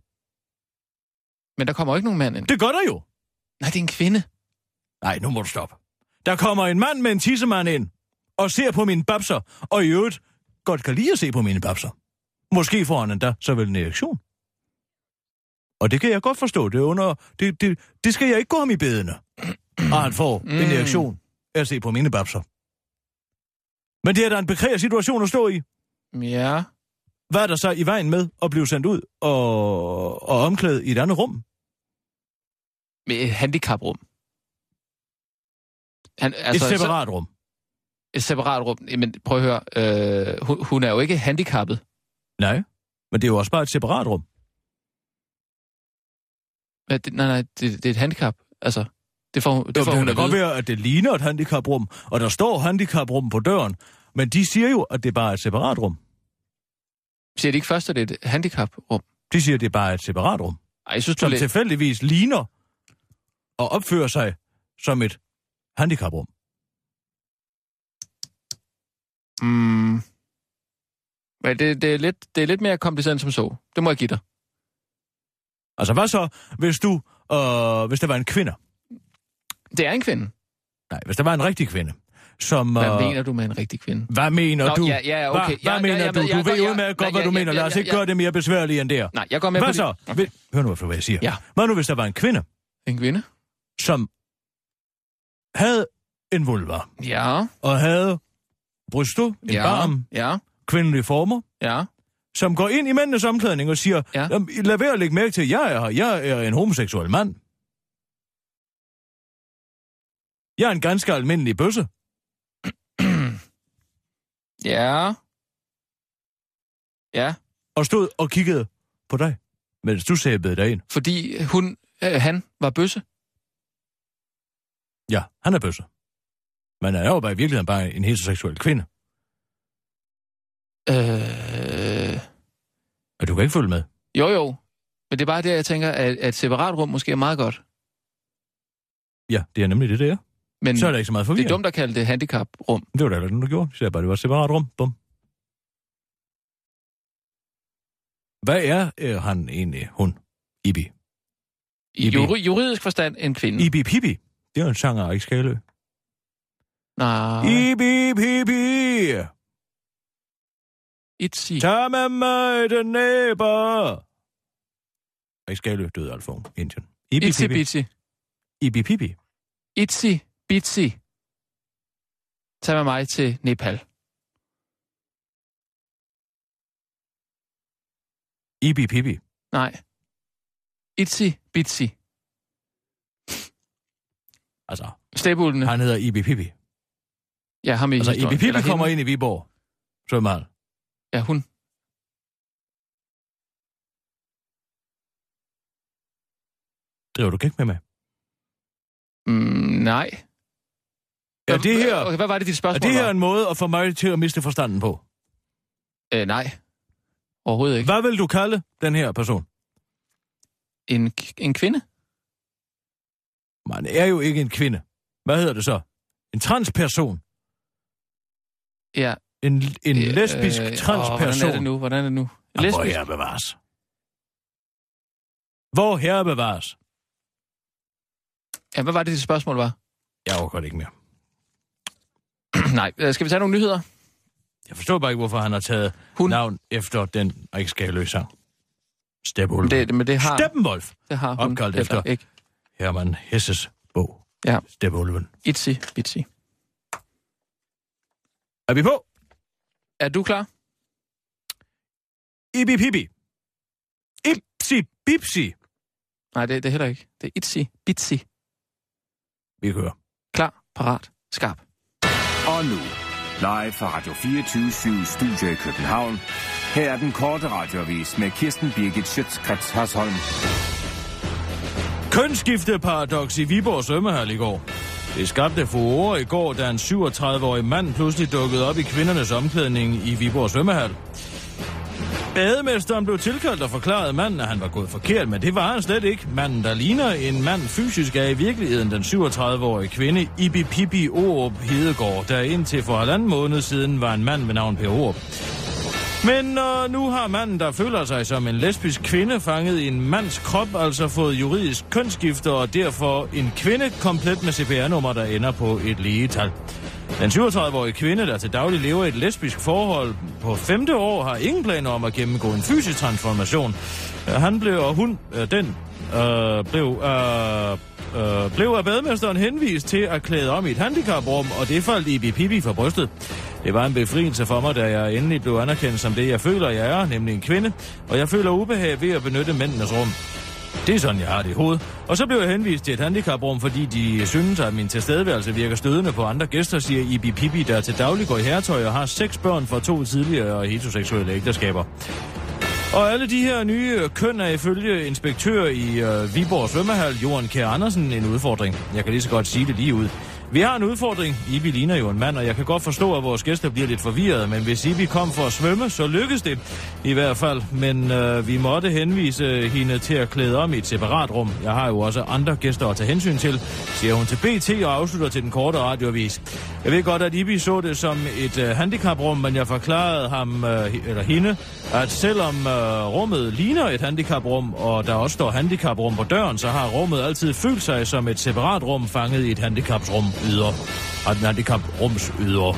[SPEAKER 5] Men der kommer jo ikke nogen mand ind.
[SPEAKER 4] Det gør der jo.
[SPEAKER 5] Nej, det er en kvinde.
[SPEAKER 4] Nej, nu må du stoppe. Der kommer en mand med en tissemand ind og ser på mine babser, og i øvrigt godt kan lide at se på mine babser. Måske får han endda så vel en erektion. Og det kan jeg godt forstå. Det, er under, det, det, det skal jeg ikke gå ham i bedene. Og han får mm. en erektion af at se på mine babser. Men det er da en bekrær situation at stå i.
[SPEAKER 5] Ja.
[SPEAKER 4] Hvad er der så i vejen med at blive sendt ud og, og omklædet i et andet rum?
[SPEAKER 5] Med et handicaprum. Han,
[SPEAKER 4] Altså, et
[SPEAKER 5] så-
[SPEAKER 4] separat rum.
[SPEAKER 5] et separat rum. Men prøv at høre. Øh, hun, hun er jo ikke handicappet.
[SPEAKER 4] Nej, men det er jo også bare et separat rum.
[SPEAKER 5] Hvad, det, nej, nej, det, det er et handicap. Altså, det får, hun- det
[SPEAKER 4] Det,
[SPEAKER 5] får
[SPEAKER 4] det
[SPEAKER 5] hun
[SPEAKER 4] kan da
[SPEAKER 5] at
[SPEAKER 4] godt
[SPEAKER 5] vide.
[SPEAKER 4] være, at det ligner et handicaprum, og der står handicaprum på døren, men de siger jo, at det bare er et separat rum.
[SPEAKER 5] Siger de ikke først, at det er et handicaprum?
[SPEAKER 4] De siger, at det bare er et separat rum,
[SPEAKER 5] Ej, jeg synes, du
[SPEAKER 4] som
[SPEAKER 5] læ-
[SPEAKER 4] tilfældigvis ligner og opfører sig som et handicaprum.
[SPEAKER 5] Mm. Men det, det, er lidt, det er lidt mere kompliceret end som så. Det må jeg give dig.
[SPEAKER 4] Altså hvad så, hvis du, øh, hvis der var en kvinde,
[SPEAKER 5] Det er en kvinde.
[SPEAKER 4] nej, hvis der var en rigtig kvinde, som... øh,
[SPEAKER 5] Hvad mener du med en rigtig kvinde?
[SPEAKER 4] hvad mener
[SPEAKER 5] Nå,
[SPEAKER 4] du?
[SPEAKER 5] ja, ja, okay.
[SPEAKER 4] Hvad,
[SPEAKER 5] Ja,
[SPEAKER 4] hvad
[SPEAKER 5] ja,
[SPEAKER 4] mener
[SPEAKER 5] ja,
[SPEAKER 4] du?
[SPEAKER 5] men jeg
[SPEAKER 4] du
[SPEAKER 5] går-
[SPEAKER 4] ved jo
[SPEAKER 5] jeg-
[SPEAKER 4] med godt,
[SPEAKER 5] nej,
[SPEAKER 4] hvad
[SPEAKER 5] ja,
[SPEAKER 4] du
[SPEAKER 5] ja,
[SPEAKER 4] mener.
[SPEAKER 5] ja,
[SPEAKER 4] Lad os
[SPEAKER 5] ja,
[SPEAKER 4] ikke
[SPEAKER 5] ja.
[SPEAKER 4] gøre det mere besværligt end det her.
[SPEAKER 5] Nej, jeg går med
[SPEAKER 4] Hvad
[SPEAKER 5] på
[SPEAKER 4] så?
[SPEAKER 5] det.
[SPEAKER 4] Vi- Hør nu efter, hvad jeg siger.
[SPEAKER 5] Ja.
[SPEAKER 4] Hvad nu, hvis der var en kvinde,
[SPEAKER 5] En kvinde?
[SPEAKER 4] som havde en vulva?
[SPEAKER 5] Ja,
[SPEAKER 4] og havde bryster, en ja.
[SPEAKER 5] ja,
[SPEAKER 4] barm,
[SPEAKER 5] ja,
[SPEAKER 4] kvindelige former,
[SPEAKER 5] ja.
[SPEAKER 4] som går ind i mændenes omklædning og siger, ja.
[SPEAKER 5] Ja.
[SPEAKER 4] lad være at lægge mærke til, at jeg er her. Jeg er en homoseksuel mand. Jeg er en ganske almindelig bøsse.
[SPEAKER 5] Ja. Ja,
[SPEAKER 4] Og stod og kiggede på dig, mens du sæbede dig ind.
[SPEAKER 5] fordi hun, øh, han var bøsse.
[SPEAKER 4] Ja, han er bøsse. Men han er jo bare i virkeligheden bare en heteroseksuel kvinde.
[SPEAKER 5] Øh,
[SPEAKER 4] Og du kan ikke følge med.
[SPEAKER 5] jo, jo. Men det er bare det, jeg tænker, at, at et separat rum måske er meget godt.
[SPEAKER 4] Ja, det er nemlig det, det er.
[SPEAKER 5] Men
[SPEAKER 4] Så er der ikke så meget
[SPEAKER 5] det
[SPEAKER 4] forvirring.
[SPEAKER 5] er dumt at kalde det handicaprum.
[SPEAKER 4] Det var da heller ikke, nogen, der gjorde. Så jeg bare, det var et separat rum. Bum. Hvad er øh, han egentlig, hun? Ibi.
[SPEAKER 5] I
[SPEAKER 4] Ibi.
[SPEAKER 5] juri, juridisk forstand en kvinde.
[SPEAKER 4] Ibi Pibi. Det er jo en sang af Erik Skalø.
[SPEAKER 5] Nej,
[SPEAKER 4] Ibi Pibi,
[SPEAKER 5] itzi.
[SPEAKER 4] tag med mig den næber. Ikke Skalø, døde Alfon, Indien.
[SPEAKER 5] Itzi
[SPEAKER 4] Ibipibi.
[SPEAKER 5] Bitsi.
[SPEAKER 4] Ibipibi.
[SPEAKER 5] Itzi Bitsi. Tag med mig til Nepal.
[SPEAKER 4] Ibipibi.
[SPEAKER 5] Nej. Itzi Bitsi.
[SPEAKER 4] Altså,
[SPEAKER 5] Stæbulene.
[SPEAKER 4] han hedder Ibipibi.
[SPEAKER 5] Ja, ham i
[SPEAKER 4] Altså,
[SPEAKER 5] historien.
[SPEAKER 4] Ibipibi
[SPEAKER 5] Eller
[SPEAKER 4] kommer
[SPEAKER 5] hende.
[SPEAKER 4] ind i Viborg. Svømmehal.
[SPEAKER 5] Ja, hun.
[SPEAKER 4] Driver du ikke med mig?
[SPEAKER 5] Mm, nej.
[SPEAKER 4] Er det her,
[SPEAKER 5] Okay, hvad var det, dit
[SPEAKER 4] er
[SPEAKER 5] spørgsmål
[SPEAKER 4] det her
[SPEAKER 5] var?
[SPEAKER 4] en måde at få mig til at miste forstanden på?
[SPEAKER 5] Øh, nej. Overhovedet ikke.
[SPEAKER 4] Hvad vil du kalde den her person?
[SPEAKER 5] En, k- en kvinde?
[SPEAKER 4] Man er jo ikke en kvinde. Hvad hedder det så? En transperson.
[SPEAKER 5] Ja.
[SPEAKER 4] En, en
[SPEAKER 5] øh,
[SPEAKER 4] lesbisk
[SPEAKER 5] øh, åh, Hvordan
[SPEAKER 4] transperson.
[SPEAKER 5] er det nu? Hvordan er det nu?
[SPEAKER 4] Ah, Hvor
[SPEAKER 5] Lesbisk?
[SPEAKER 4] herre bevares. Hvor herre bevares.
[SPEAKER 5] Ja, hvad var det, dit spørgsmål var?
[SPEAKER 4] Jeg overgår det ikke mere.
[SPEAKER 5] nej. Øh, Skal vi tage nogle nyheder?
[SPEAKER 4] Jeg forstår bare ikke, hvorfor han har taget
[SPEAKER 5] Hun.
[SPEAKER 4] Hun. navn efter den riksskabeløse sang. Steppenwolf.
[SPEAKER 5] Det, men det har,
[SPEAKER 4] Steppenwolf.
[SPEAKER 5] det har hun.
[SPEAKER 4] opkaldt
[SPEAKER 5] heller
[SPEAKER 4] efter.
[SPEAKER 5] Ikke.
[SPEAKER 4] Herman Hesses bog.
[SPEAKER 5] Ja.
[SPEAKER 4] Steppenwolven.
[SPEAKER 5] Itzi Bitsi.
[SPEAKER 4] Er vi på?
[SPEAKER 5] Er du klar?
[SPEAKER 4] Ibi Pibi. Ipsi Bipsi.
[SPEAKER 5] Nej, det, det er heller ikke. Det er Itzi Bitsi.
[SPEAKER 4] Vi kører.
[SPEAKER 5] Klar, parat, skarp.
[SPEAKER 7] Og nu, live fra Radio 24 Studio i København. Her er den korte radiovis med Kirsten Birgit Schøtzgrads Hasholm.
[SPEAKER 4] Kønsskifteparadoks i Viborg svømmehal i går. Det skabte furore i går, da en 37-årig mand pludselig dukkede op i kvindernes omklædning i Viborg svømmehal. Bademesteren blev tilkaldt og forklarede manden, at han var gået forkert, men det var han slet ikke. Manden, der ligner en mand fysisk, er i virkeligheden den 37-årige kvinde Ibi Pibi Orup Hedegaard, der indtil for halvanden måned siden var en mand ved navn Per Orup. Men øh, nu har manden, der føler sig som en lesbisk kvinde, fanget i en mands krop, altså fået juridisk kønsskifte, og derfor en kvinde komplet med CPR-nummer, der ender på et ligetal. Den 37-årige kvinde, der til daglig lever i et lesbisk forhold på femte år, har ingen planer om at gennemgå en fysisk transformation. Øh, Han blev, og hun, øh, den, øh, blev, øh, øh, blev af badmesteren henvist til at klæde om i et handicaprum, og det faldt i Bipibi for brystet. Det var en befrielse for mig, da jeg endelig blev anerkendt som det, jeg føler, jeg er, nemlig en kvinde, og jeg føler ubehag ved at benytte mændenes rum. Det er sådan, jeg har det i hovedet. Og så blev jeg henvist til et handicaprum, fordi de synes, at min tilstedeværelse virker stødende på andre gæster, siger Ibi Pibi, der til daglig går i herretøj og har seks børn fra to tidligere heteroseksuelle ægteskaber. Og alle de her nye køn er ifølge inspektør i øh, Viborg Svømmehal, Johan Kjær Andersen, en udfordring. Jeg kan lige så godt sige det lige ud. Vi har en udfordring. Ibi ligner jo en mand, og jeg kan godt forstå, at vores gæster bliver lidt forvirrede, men hvis Ibi kom for at svømme, så lykkedes det i hvert fald. Men øh, vi måtte henvise hende til at klæde om i et separat rum. Jeg har jo også andre gæster at tage hensyn til, siger hun til BT og afslutter til den korte radioavis. Jeg ved godt, at Ibi så det som et øh, handicaprum, men jeg forklarede ham, øh, he- eller hende, at selvom øh, rummet ligner et handicaprum, og der også står handicaprum på døren, så har rummet altid følt sig som et separat rum fanget i et handicaprum yder. Og den handicaprums yder.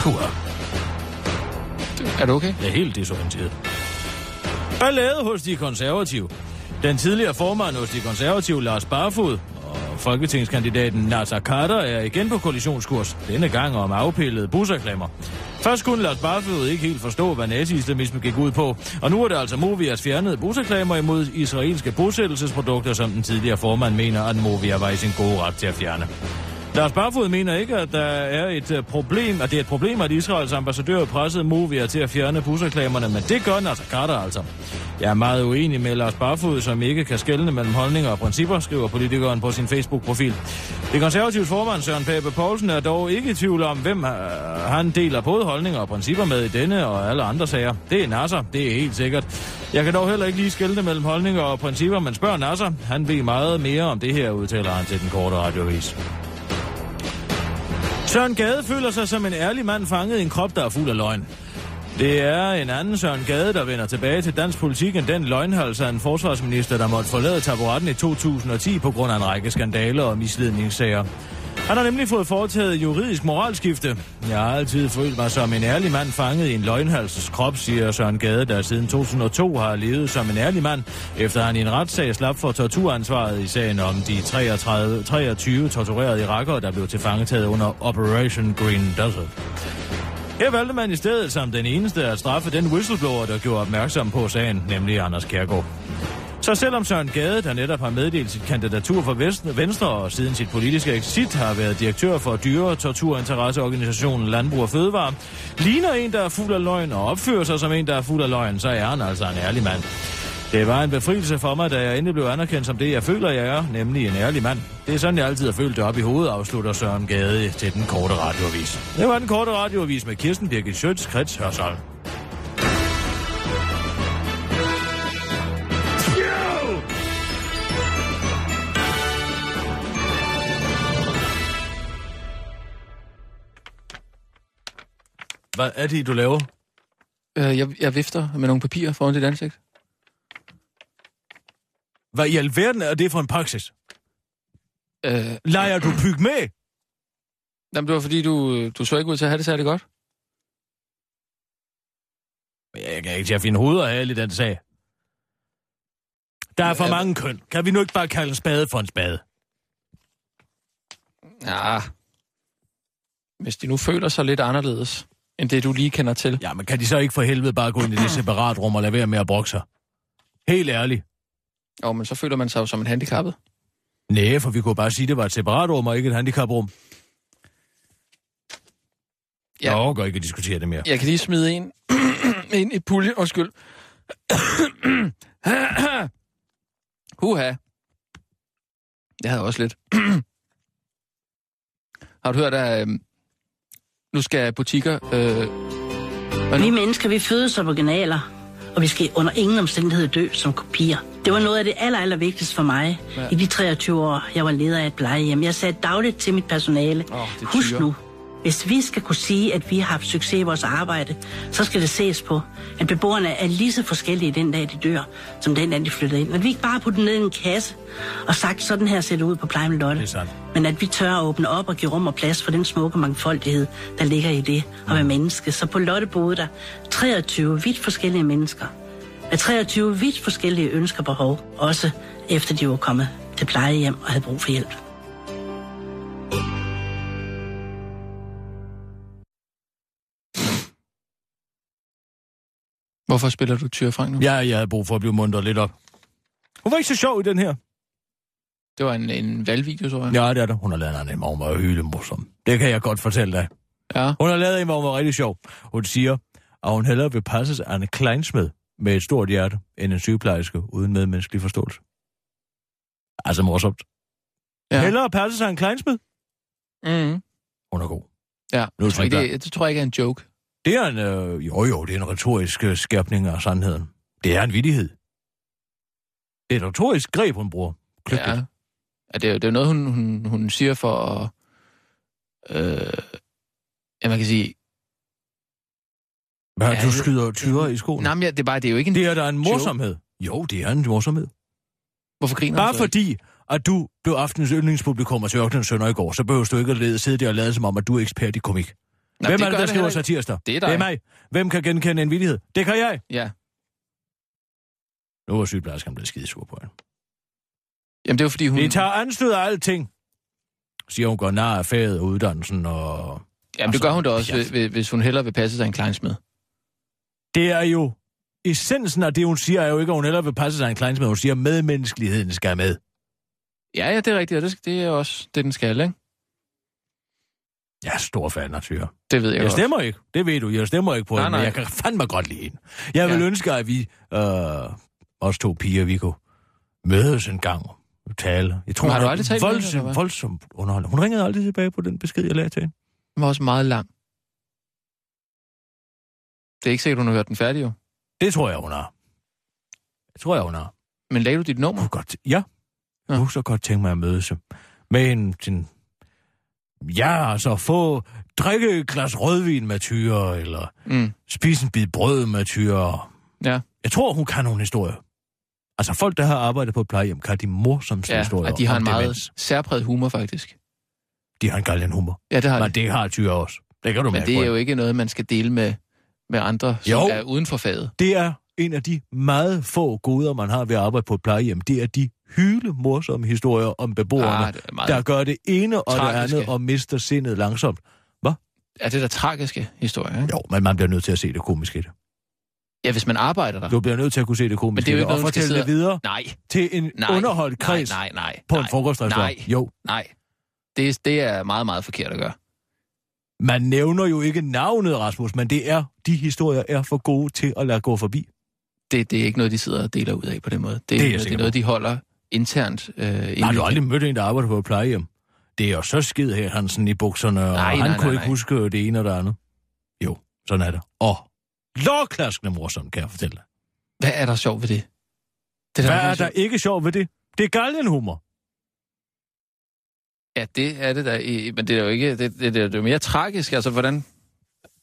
[SPEAKER 4] Puh,
[SPEAKER 5] Er du okay?
[SPEAKER 4] er helt desorienteret. Ballade hos de konservative. Den tidligere formand hos de konservative, Lars Barfod, og folketingskandidaten Nasser Carter er igen på kollisionskurs, denne gang om afpillede busreklamer. Først kunne Lars Barfod ikke helt forstå, hvad nazi-islamisme gik ud på, og nu er det altså Movias fjernede busreklamer imod israelske bosættelsesprodukter, som den tidligere formand mener, at Movia var i sin gode ret til at fjerne. Lars Barfod mener ikke, at der er et øh, problem, at det er et problem, at Israels ambassadør pressede Movia til at fjerne busreklamerne, men det gør Nasser Carter altså. Jeg er meget uenig med Lars Barfod, som ikke kan skelne mellem holdninger og principper, skriver politikeren på sin Facebook-profil. Det konservative formand Søren Pape Poulsen er dog ikke i tvivl om, hvem øh, han deler både holdninger og principper med i denne og alle andre sager. Det er Nasser, det er helt sikkert. Jeg kan dog heller ikke lige skelne mellem holdninger og principper, men spørg Nasser. Han ved meget mere om det her, udtaler han til den korte radiovis. Søren Gade føler sig som en ærlig mand fanget i en krop, der er fuld af løgn. Det er en anden Søren Gade, der vender tilbage til dansk politik end den løgnhals af en forsvarsminister, der måtte forlade taburetten i 2010 på grund af en række skandaler og misledningssager. Han har nemlig fået foretaget juridisk moralskifte. Jeg har altid følt mig som en ærlig mand fanget i en løgnhalses krop, siger Søren Gade, der siden 2002 har levet som en ærlig mand, efter han i en retssag slap for torturansvaret i sagen om de 33, 23 torturerede irakere, der blev tilfangetaget under Operation Green Desert. Her valgte man i stedet som den eneste at straffe den whistleblower, der gjorde opmærksom på sagen, nemlig Anders Kærgaard. Så selvom Søren Gade, der netop har meddelt sit kandidatur for Vest- Venstre og siden sit politiske exit har været direktør for dyre- torturinteresseorganisationen Landbrug og Fødevare, ligner en, der er fuld af løgn og opfører sig som en, der er fuld af løgn, så er han altså en ærlig mand. Det var en befrielse for mig, da jeg endelig blev anerkendt som det, jeg føler, jeg er, nemlig en ærlig mand. Det er sådan, jeg altid har følt det op i hovedet, afslutter Søren Gade til den korte radioavis. Det var den korte radioavis med Kirsten Birgit Schøtz, Krets Hørsholm. Hvad er det, du laver?
[SPEAKER 5] Øh, jeg, jeg vifter med nogle papirer foran dit ansigt.
[SPEAKER 4] Hvad i alverden er det for en praksis?
[SPEAKER 5] Øh,
[SPEAKER 4] Leger du pyg med?
[SPEAKER 5] jamen, det var fordi, du, øh, du så ikke ud til at have det særlig godt.
[SPEAKER 4] Jeg kan ikke til at finde hoveder her i den sag. Der er for
[SPEAKER 5] Ja,
[SPEAKER 4] mange køn. Kan vi nu ikke bare kalde en spade for en spade?
[SPEAKER 5] Ja. Hvis de nu føler sig lidt anderledes, end det, du lige kender til.
[SPEAKER 4] Ja, men kan de så ikke for helvede bare gå ind i det separat rum og lade være med at brokke sig? Helt ærligt.
[SPEAKER 5] Jo, men så føler man sig jo som en handicappet.
[SPEAKER 4] Næh, for vi kunne bare sige, at det var et separat rum og ikke et handicaprum.
[SPEAKER 5] Ja.
[SPEAKER 4] Jeg overgår ikke at diskutere det mere.
[SPEAKER 5] Jeg kan lige smide en ind i puljen. Undskyld. Huha. Jeg havde også lidt. Har du hørt, at øh, nu skal butikker... Øh,
[SPEAKER 9] Vi mennesker, vi fødes som originaler, og vi skal under ingen omstændighed dø som kopier. Det var noget af det aller, aller vigtigste for mig
[SPEAKER 5] Ja.
[SPEAKER 9] ja. i de 23 år, jeg var leder af et plejehjem. Jeg sagde dagligt til mit personale,
[SPEAKER 5] Åh, det er
[SPEAKER 9] husk
[SPEAKER 5] tyre."
[SPEAKER 9] nu, hvis vi skal kunne sige, at vi har haft succes i vores arbejde, så skal det ses på, at beboerne er lige så forskellige den dag, de dør, som den dag, de flytter ind. At vi ikke bare putter ned i en kasse og sagt, sådan her ser det ud på plejen Lotte.
[SPEAKER 4] Det er sandt.
[SPEAKER 9] Men at vi tør at åbne op og give rum og plads for den smukke mangfoldighed, der ligger i det at være menneske. Så på Lotte boede der 23 vidt forskellige mennesker. Med 23 vidt forskellige ønsker og behov, også efter de var kommet til plejehjem og havde brug for hjælp.
[SPEAKER 5] hvorfor spiller du Tyre Frank nu?
[SPEAKER 4] Ja, jeg havde brug for at blive mundret lidt op. Hun var ikke så sjov i den her.
[SPEAKER 5] Det var en, en valgvideo, tror jeg.
[SPEAKER 4] Ja, det er det. Hun har lavet en, hvor hun var hylemorsom. Det kan jeg godt fortælle dig.
[SPEAKER 5] ja.
[SPEAKER 4] Hun har lavet en, hvor hun var rigtig sjov. Hun siger, at hun hellere vil passes af en kleinsmed med et stort hjerte, end en sygeplejerske uden medmenneskelig forståelse. Altså morsomt. Ja.
[SPEAKER 5] Ja.
[SPEAKER 4] Hellere passes af en kleinsmed.
[SPEAKER 5] Mm-hmm.
[SPEAKER 4] Hun er god.
[SPEAKER 5] ja.
[SPEAKER 4] Nu er
[SPEAKER 5] Jeg tror ikke,
[SPEAKER 4] det-
[SPEAKER 5] det, det tror jeg ikke er en joke.
[SPEAKER 4] Det er en, øh, jo jo, det er en retorisk øh, skærpning af sandheden. Det er en vittighed. Det er et retorisk greb, hun bruger. Kløgtigt. Ja.
[SPEAKER 5] Ja. ja det, er, jo- det er jo noget, hun, hun, hun siger for at... Øh, ja, man kan sige...
[SPEAKER 4] Hvad,
[SPEAKER 5] Ja,
[SPEAKER 4] du
[SPEAKER 5] det-
[SPEAKER 4] skyder tyre i skoene?
[SPEAKER 5] Nej, men ja, det er bare, det er jo ikke en...
[SPEAKER 4] Det er da en morsomhed. Jo, det er en morsomhed.
[SPEAKER 5] Hvorfor griner hun
[SPEAKER 4] Bare
[SPEAKER 5] så
[SPEAKER 4] fordi, at du blev aftenens yndlingspublikum og Tørknens Sønder i går, så behøver du ikke at lede, sidde der og lade som om, at du er ekspert i komik.
[SPEAKER 5] Nej,
[SPEAKER 4] Hvem
[SPEAKER 5] det
[SPEAKER 4] er det, der
[SPEAKER 5] gør det
[SPEAKER 4] skriver
[SPEAKER 5] heller ikke.
[SPEAKER 4] satirster?
[SPEAKER 5] Det er dig.
[SPEAKER 4] det er mig. Hvem kan genkende en vildighed? Det kan jeg.
[SPEAKER 5] Ja.
[SPEAKER 4] Nu er sygeplejersken blevet skidesur på hende.
[SPEAKER 5] Jamen, det er jo fordi, hun...
[SPEAKER 4] Det tager anstød af alting, siger hun går nar af faget og uddannelsen. Og...
[SPEAKER 5] Jamen, det
[SPEAKER 4] Altså,
[SPEAKER 5] gør hun da også,
[SPEAKER 4] pjat.
[SPEAKER 5] hvis, hvis hun hellere vil passe sig en kleinsmed.
[SPEAKER 4] Det er jo... Essensen af det, hun siger, er jo ikke, at hun hellere vil passe sig en klein med. Hun siger, at medmenneskeligheden skal med.
[SPEAKER 5] Ja, ja, det er rigtigt, og det, skal- det er også det, den skal, ikke?
[SPEAKER 4] Jeg er stor fan af Tyre.
[SPEAKER 5] Det ved jeg,
[SPEAKER 4] Jeg
[SPEAKER 5] godt.
[SPEAKER 4] stemmer ikke. Det ved du. Jeg stemmer ikke på
[SPEAKER 5] Nej,
[SPEAKER 4] hende, men
[SPEAKER 5] nej.
[SPEAKER 4] jeg kan fandme godt lide hende. Jeg vil
[SPEAKER 5] Ja.
[SPEAKER 4] ønske, at vi, øh, os to piger, vi kunne mødes en gang og tale. Jeg tror,
[SPEAKER 5] Men har
[SPEAKER 4] hun
[SPEAKER 5] du
[SPEAKER 4] er
[SPEAKER 5] aldrig talt med hende,
[SPEAKER 4] voldsom,
[SPEAKER 5] eller hvad?
[SPEAKER 4] voldsomt underholdende. Hun ringede aldrig tilbage på den besked, jeg lagde til hende.
[SPEAKER 5] Den var også meget lang. Det er ikke sikkert, hun har hørt den færdig, jo.
[SPEAKER 4] Det tror jeg, hun har. Det tror jeg, hun har.
[SPEAKER 5] Men lagde du dit nummer?
[SPEAKER 4] Kunne godt, ja. Jeg
[SPEAKER 5] Ja.
[SPEAKER 4] kunne så godt tænke mig at mødes øh, med en, en Ja, altså få drikke et glas rødvin med tyre, eller
[SPEAKER 5] Mm.
[SPEAKER 4] spise en bid brød med tyre.
[SPEAKER 5] Ja.
[SPEAKER 4] Jeg tror, hun kan nogle historier. Altså folk, der har arbejdet på et plejehjem, kan de morsomste
[SPEAKER 5] Ja,
[SPEAKER 4] historier
[SPEAKER 5] og de har
[SPEAKER 4] om
[SPEAKER 5] en meget
[SPEAKER 4] demens.
[SPEAKER 5] særpræget humor, faktisk.
[SPEAKER 4] de har en galgenhumor.
[SPEAKER 5] Ja, det har
[SPEAKER 4] Men
[SPEAKER 5] de.
[SPEAKER 4] det har tyre også. Det kan du
[SPEAKER 5] Men
[SPEAKER 4] mærke
[SPEAKER 5] det er
[SPEAKER 4] på.
[SPEAKER 5] jo ikke noget, man skal dele med, med andre, som
[SPEAKER 4] Jo.
[SPEAKER 5] er uden for faget.
[SPEAKER 4] Det er en af de meget få goder, man har ved at arbejde på et plejehjem. Det er de hyle morsomme historier om beboerne,
[SPEAKER 5] Ah, det er meget-
[SPEAKER 4] der gør det ene og
[SPEAKER 5] Tragiske.
[SPEAKER 4] det andet og mister sindet langsomt.
[SPEAKER 5] Er det der tragiske historie, ikke?
[SPEAKER 4] Jo, men man bliver nødt til at se det komiske i det.
[SPEAKER 5] Ja, hvis man arbejder der.
[SPEAKER 4] Du bliver nødt til at kunne se det
[SPEAKER 5] Men
[SPEAKER 4] komiske
[SPEAKER 5] det er jo ikke
[SPEAKER 4] i det,
[SPEAKER 5] noget,
[SPEAKER 4] og
[SPEAKER 5] man skal
[SPEAKER 4] fortælle det
[SPEAKER 5] sidde
[SPEAKER 4] videre
[SPEAKER 5] og- Nej,
[SPEAKER 4] til en
[SPEAKER 5] nej.
[SPEAKER 4] underholdt kreds
[SPEAKER 5] Nej, nej, nej.
[SPEAKER 4] på en
[SPEAKER 5] nej,
[SPEAKER 4] frokostrestaurant.
[SPEAKER 5] Nej,
[SPEAKER 4] Jo,
[SPEAKER 5] nej. Det, er- det er meget, meget forkert at gøre.
[SPEAKER 4] man nævner jo ikke navnet, Rasmus, men det er, de historier er for gode til at lade gå forbi.
[SPEAKER 5] Det, det er ikke noget, de sidder og deler ud af på den måde. Det,
[SPEAKER 4] jeg
[SPEAKER 5] det, er, det
[SPEAKER 4] sikker på.
[SPEAKER 5] er noget, de holder internt. Øh,
[SPEAKER 4] Jeg har
[SPEAKER 5] nej,
[SPEAKER 4] du aldrig mødt en, der arbejder på et plejehjem? Det er jo så skid her, Hansen, i bukserne, og
[SPEAKER 5] Nej,
[SPEAKER 4] han
[SPEAKER 5] nej, nej,
[SPEAKER 4] kunne ikke
[SPEAKER 5] nej.
[SPEAKER 4] huske det ene og det andet. Jo, sådan er det. Og lovklaskende morsomt, kan jeg fortælle dig.
[SPEAKER 5] Hvad er der sjovt ved det? det
[SPEAKER 4] Hvad er
[SPEAKER 5] noget
[SPEAKER 4] der ikke sjovt ved det? Det er galgenhumor.
[SPEAKER 5] Ja, det er det der. i- Men det er jo ikke... Det, det, det, er- det er jo mere tragisk. Altså, hvordan...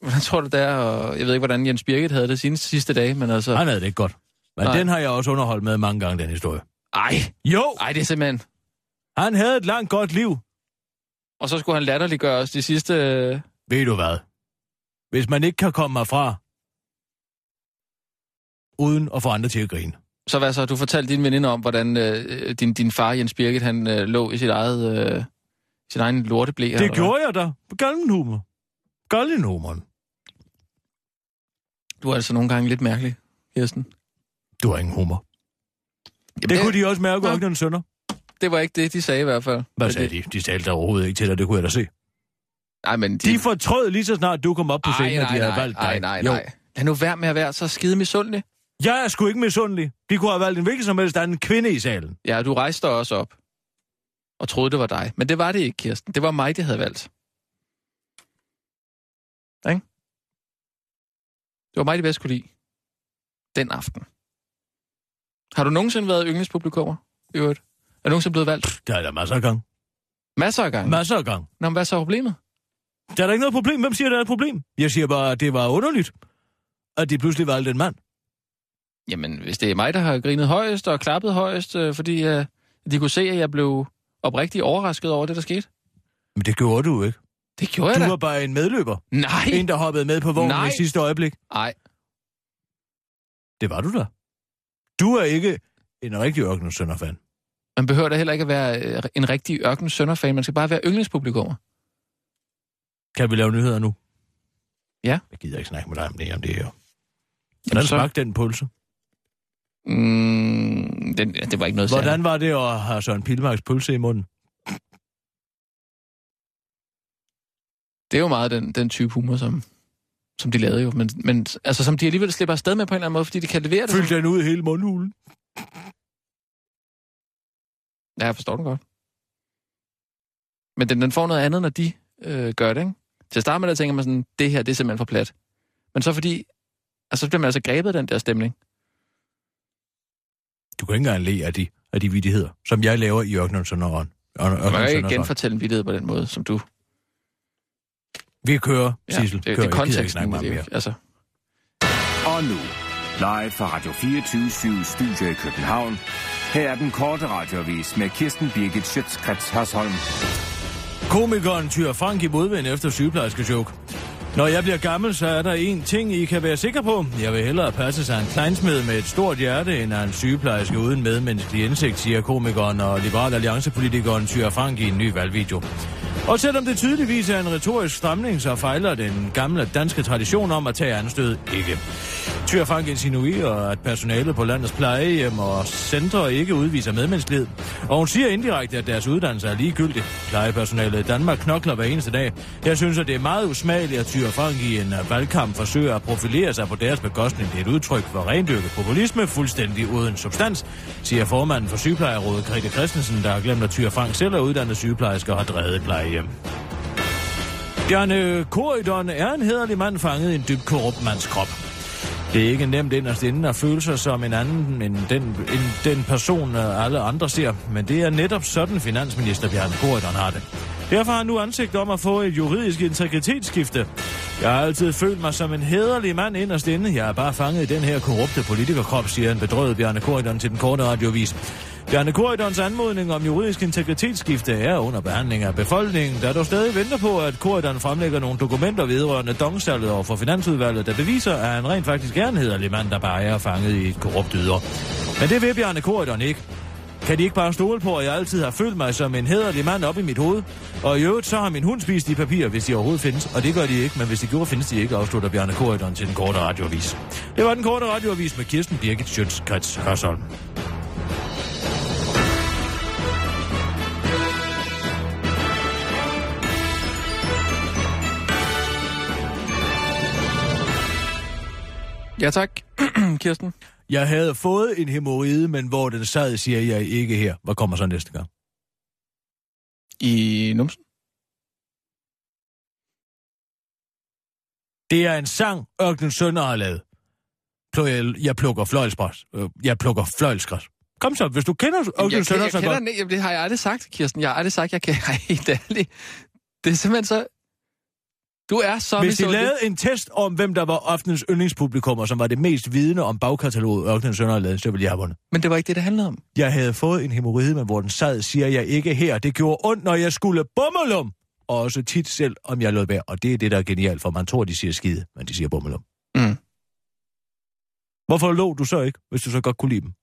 [SPEAKER 5] Hvordan tror du det er? Og jeg ved ikke, hvordan Jens Birgit havde det sine sidste dage, men altså...
[SPEAKER 4] Han havde det ikke godt. Men
[SPEAKER 5] Nej.
[SPEAKER 4] den har jeg også underholdt med mange gange, den historie.
[SPEAKER 5] Ej,
[SPEAKER 4] Jo,
[SPEAKER 5] ej, det er simpelthen...
[SPEAKER 4] han havde et langt godt liv.
[SPEAKER 5] Og så skulle han latterliggøre os de sidste... øh,
[SPEAKER 4] Ved du hvad? Hvis man ikke kan komme herfra, uden at få andre til at grine.
[SPEAKER 5] Så hvad så? Du fortalte din veninde om, hvordan øh, din, din far, Jens Birgit, han øh, lå i sit eget... Øh, sin egen lorteblæ.
[SPEAKER 4] Ja, det gjorde jeg da. Galgenhumor. Galgenhumoren.
[SPEAKER 5] Du er altså nogle gange lidt mærkelig, Kirsten.
[SPEAKER 4] Du har ingen humor.
[SPEAKER 5] Jamen,
[SPEAKER 4] Det kunne de også mærke,
[SPEAKER 5] Nå.
[SPEAKER 4] at den sønder.
[SPEAKER 5] det var ikke det, de sagde i hvert fald.
[SPEAKER 4] Hvad
[SPEAKER 5] Men
[SPEAKER 4] sagde
[SPEAKER 5] det-
[SPEAKER 4] de? De talte da overhovedet ikke til dig, det kunne jeg da se.
[SPEAKER 5] Nej, men de...
[SPEAKER 4] De fortrød lige så snart du kom op på scenen, at de havde valgt dig.
[SPEAKER 5] nej, nej,
[SPEAKER 4] Jo.
[SPEAKER 5] nej. Lad nu være med at være så skide misundelig.
[SPEAKER 4] Jeg er sgu ikke misundelig. De kunne have valgt en hvilken som helst anden kvinde i salen.
[SPEAKER 5] Ja, du rejste dig også op og troede, det var dig. Men det var det ikke, Kirsten. Det var mig, de havde valgt. Ikke? Det var mig, de bedst kunne lide. Den aften. Har du nogensinde været yndlingspublikummer? I øvrigt? Er du nogensinde blevet valgt?
[SPEAKER 4] Der er der masser af gang.
[SPEAKER 5] Masser af gange.
[SPEAKER 4] Masser af gang.
[SPEAKER 5] Nå, men hvad er så problemet?
[SPEAKER 4] Der er der ikke noget problem. Hvem siger, der er et problem? Jeg siger bare, at det var underligt, at de pludselig valgte en mand.
[SPEAKER 5] Jamen, hvis det er mig, der har grinet højest og klappet højest, øh, fordi øh, de kunne se, at jeg blev oprigtigt overrasket over det, der skete.
[SPEAKER 4] Men det gjorde du ikke.
[SPEAKER 5] Det gjorde
[SPEAKER 4] Du
[SPEAKER 5] jeg da.
[SPEAKER 4] var bare en medløber.
[SPEAKER 5] Nej,
[SPEAKER 4] En, der hoppede med på vognen
[SPEAKER 5] Nej.
[SPEAKER 4] i sidste øjeblik.
[SPEAKER 5] nej.
[SPEAKER 4] Det var du da. Du er ikke en rigtig ørkensønderfan.
[SPEAKER 5] Man behøver da heller ikke at være øh, en rigtig ørken sønderfan. Man skal bare være yndlingspublikummer.
[SPEAKER 4] Kan vi lave nyheder nu?
[SPEAKER 5] Ja.
[SPEAKER 4] Jeg gider ikke snakke med dig om det, om det her.
[SPEAKER 5] Jamen,
[SPEAKER 4] Hvordan
[SPEAKER 5] så-
[SPEAKER 4] smagte den pølse?
[SPEAKER 5] Mm, den, ja, det var ikke noget særligt.
[SPEAKER 4] Hvordan var det at have Søren Pilmarks pølse i munden?
[SPEAKER 5] Det er jo meget den, den type humor, som, som de lavede jo. Men, men altså, som de alligevel slipper afsted med på en eller anden måde, fordi de kan levere det.
[SPEAKER 4] Fyldte den ud i hele mundhulen?
[SPEAKER 5] Ja, jeg forstår den godt. Men den, den får noget andet, når de øh, gør det, ikke? Til at starte med, der tænker man sådan, det her, det er simpelthen for plat. Men så fordi, altså, så bliver man altså grebet af den der stemning.
[SPEAKER 4] Du kan ikke engang le af de, af de vidigheder, som jeg laver i ørkensønderen.
[SPEAKER 5] Man kan ikke genfortælle en vildhed på den måde, som du...
[SPEAKER 4] Vi kører,
[SPEAKER 5] Ja,
[SPEAKER 4] Sissel.
[SPEAKER 5] det, det,
[SPEAKER 4] kører.
[SPEAKER 5] det
[SPEAKER 4] Jeg
[SPEAKER 5] er
[SPEAKER 4] gider ikke snakke
[SPEAKER 5] konteksten.
[SPEAKER 4] meget
[SPEAKER 5] det er
[SPEAKER 4] mere.
[SPEAKER 5] jo- Altså,
[SPEAKER 7] Og nu, live fra Radio 24 Studio i København. Her er den korte radiovis med Kirsten Birgit Schøtzgrads Hasholm.
[SPEAKER 4] Komikeren Tyr Frank i modvind efter sygeplejerskechok. Når jeg bliver gammel, så er der en ting, I kan være sikre på. Jeg vil hellere passe sig en kleinsmed med et stort hjerte, end af en sygeplejerske uden medmenneskelig indsigt, siger komikeren og liberal alliancepolitikeren Tyr Frank i en ny valgvideo. Og selvom det tydeligvis er en retorisk stramning, så fejler den gamle danske tradition om at tage anstød ikke. Tyr Frank insinuerer, at personalet på landets plejehjem og centre ikke udviser medmenneskelighed. Og hun siger indirekte, at deres uddannelse er ligegyldig. Plejepersonalet i Danmark knokler hver eneste dag. Jeg synes, at det er meget usmageligt, at Tyr Frank i en øh, valgkamp forsøger at profilere sig på deres bekostning. Det er et udtryk for rendyrket populisme, fuldstændig uden substans, siger formanden for sygeplejerådet Grete Christensen, der har glemt, at Tyr Frank selv er uddannet sygeplejerske og har drevet et plejehjem. Bjarne Korydon er en hederlig mand fanget i en dybt korrupt mands krop. Det er ikke nemt inderst inden at føle sig som en anden end den, end den person, øh, alle andre ser, men det er netop sådan finansminister Bjarne Korydon har det. Derfor har han nu ansigt om at få et juridisk integritetsskifte. Jeg har altid følt mig som en hederlig mand inderst inde. Jeg er bare fanget i den her korrupte politikerkrop, siger en bedrøvet Bjarne Korydon til den korte radiovis. Bjarne Korydons anmodning om juridisk integritetsskifte er under behandling af befolkningen, der dog stadig venter på, at Korydon fremlægger nogle dokumenter vedrørende dongsalget over for Finansudvalget, der beviser, at han rent faktisk er en hederlig mand, der bare er fanget i et korrupt yder. Men det vil Bjarne Korydon ikke. Kan de ikke bare stole på, at jeg altid har følt mig som en hederlig mand op i mit hoved? Og i øvrigt, så har min hund spist de papirer, hvis de overhovedet findes. Og det gør de ikke, men hvis de gjorde, findes de ikke, afslutter Bjarne Korydon til den korte radioavis. Det var den korte radioavis med Kirsten Birgit Schøtz-Krets Hørsholm.
[SPEAKER 5] Ja, tak. Kirsten.
[SPEAKER 4] Jeg havde fået en hemoride, men hvor den sad, siger jeg ikke her. Hvad kommer så næste gang?
[SPEAKER 5] I numsen?
[SPEAKER 4] Det er en sang, Ørkens Sønder har lavet. Pl- Jeg plukker fløjlsgræs. Øh, Jeg plukker fløjlsgræs. Kom så, hvis du kender Ørkens Sønder
[SPEAKER 5] jeg
[SPEAKER 4] så
[SPEAKER 5] kender
[SPEAKER 4] godt.
[SPEAKER 5] den ikke. Jamen, det har jeg aldrig sagt, Kirsten. Jeg har aldrig sagt, jeg kan... Ej, helt ærligt. Det er simpelthen så... Du er så...
[SPEAKER 4] Hvis de
[SPEAKER 5] misundelig.
[SPEAKER 4] lavede en test om, hvem der var aftenens yndlingspublikum, og som var det mest vidne om bagkataloget Ørkenens Sønder havde lavet, så ville jeg have vundet.
[SPEAKER 5] Men det var ikke det, det handlede om.
[SPEAKER 4] Jeg havde fået en hemorrhide, men hvor den sad, siger jeg ikke her. Det gjorde ondt, når jeg skulle bummelum. Og også tit selv, om jeg lod være. Og det er det, der er genialt, for man tror, de siger skide, men de siger bummelum.
[SPEAKER 5] Mm.
[SPEAKER 4] Hvorfor lå du så ikke, hvis du så godt kunne lide dem?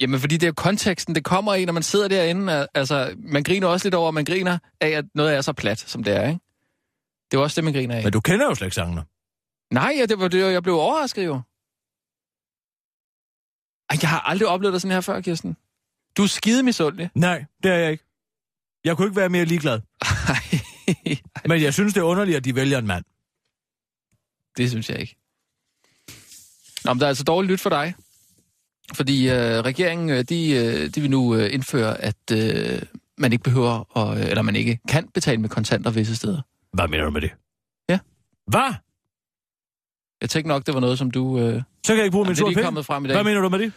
[SPEAKER 5] Jamen, fordi det er jo konteksten, det kommer i, når man sidder derinde. Al- Altså, man griner også lidt over, at man griner af, at noget er så plat, som det er, ikke? Det er jo også det, man griner af.
[SPEAKER 4] Men du kender jo slet ikke sangene.
[SPEAKER 5] Nej, ja, det var det, jeg blev overrasket jo. Ej, jeg har aldrig oplevet dig sådan her før, Kirsten. Du er skide misundelig.
[SPEAKER 4] Nej, det er jeg ikke. Jeg kunne ikke være mere ligeglad.
[SPEAKER 5] Nej,
[SPEAKER 4] Men jeg synes, det er underligt, at de vælger en mand.
[SPEAKER 5] det synes jeg ikke. Nå, men der er altså dårligt nyt for dig. Fordi øh, regeringen, øh, de, øh, de vil nu øh, indføre, at øh, man ikke behøver, at, øh, eller man ikke kan betale med kontanter visse steder.
[SPEAKER 4] Hvad mener du med det?
[SPEAKER 5] Ja.
[SPEAKER 4] Hvad?
[SPEAKER 5] Jeg tænkte nok, det var noget, som du... Øh,
[SPEAKER 4] Så kan jeg ikke bruge min
[SPEAKER 5] Jamen, det er
[SPEAKER 4] store
[SPEAKER 5] lige
[SPEAKER 4] penge.
[SPEAKER 5] kommet frem i dag.
[SPEAKER 4] Hvad mener du med det?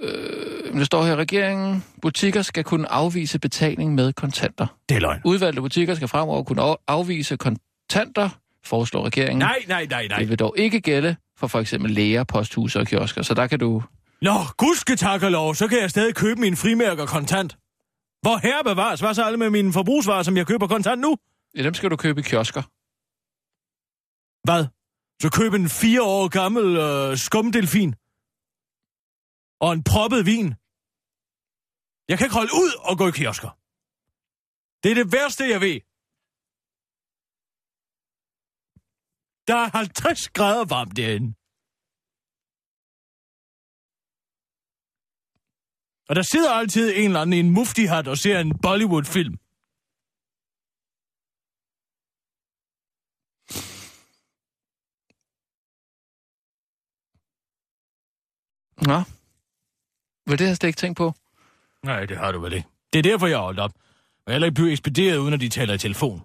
[SPEAKER 5] øh, der står her, regeringen, butikker skal kunne afvise betaling med kontanter.
[SPEAKER 4] Det er løgn.
[SPEAKER 5] Udvalgte butikker skal fremover kunne af- afvise kontanter, foreslår regeringen.
[SPEAKER 4] Nej, nej, nej, nej.
[SPEAKER 5] Det vil dog ikke gælde for for eksempel læger, posthuse og kiosker, så der kan du...
[SPEAKER 4] Nå, gudske tak og lov, så kan jeg stadig købe mine frimærker kontant. Hvor herre bevares, hvad så alle med mine forbrugsvarer, som jeg køber kontant nu?
[SPEAKER 5] Ja, dem skal du købe i kiosker.
[SPEAKER 4] Hvad? Så køb en fire år gammel øh, skumdelfin. Og en proppet vin. Jeg kan ikke holde ud og gå i kiosker. Det er det værste, jeg ved. Der er 50 grader varmt derinde. Og der sidder altid en eller anden i en muftihat og ser en Bollywood-film.
[SPEAKER 5] Nå. Vil det har jeg slet ikke tænkt på?
[SPEAKER 4] Nej, det har du vel ikke. Det er derfor, jeg er holdt op. Og heller ikke bliver ekspederet, uden at de taler i telefon.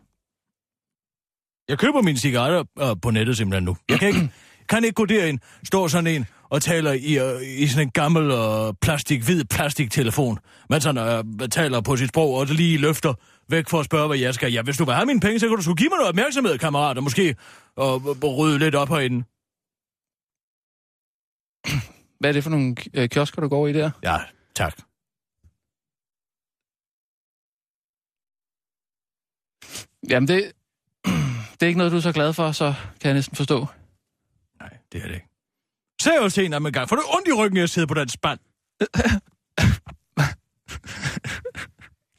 [SPEAKER 4] Jeg køber mine cigaretter øh, på nettet simpelthen nu. Jeg kan ikke, kan ikke gå derind, står sådan en og taler i, øh, i sådan en gammel øh, plastik, hvid plastiktelefon. Man sådan, øh, taler på sit sprog og lige løfter væk for at spørge, hvad jeg skal. Ja, hvis du vil have mine penge, så kan du sgu give mig noget opmærksomhed, kammerat, og måske og, og rydde lidt op herinde.
[SPEAKER 5] Hvad er det for nogle øh, kiosker, du går i der?
[SPEAKER 4] Ja, tak.
[SPEAKER 5] Jamen, det, det er ikke noget, du er så glad for, så kan jeg næsten forstå.
[SPEAKER 4] Nej, det er det ikke. Se jo senere med gang, for det er ondt i ryggen, at jeg sidder på den spand.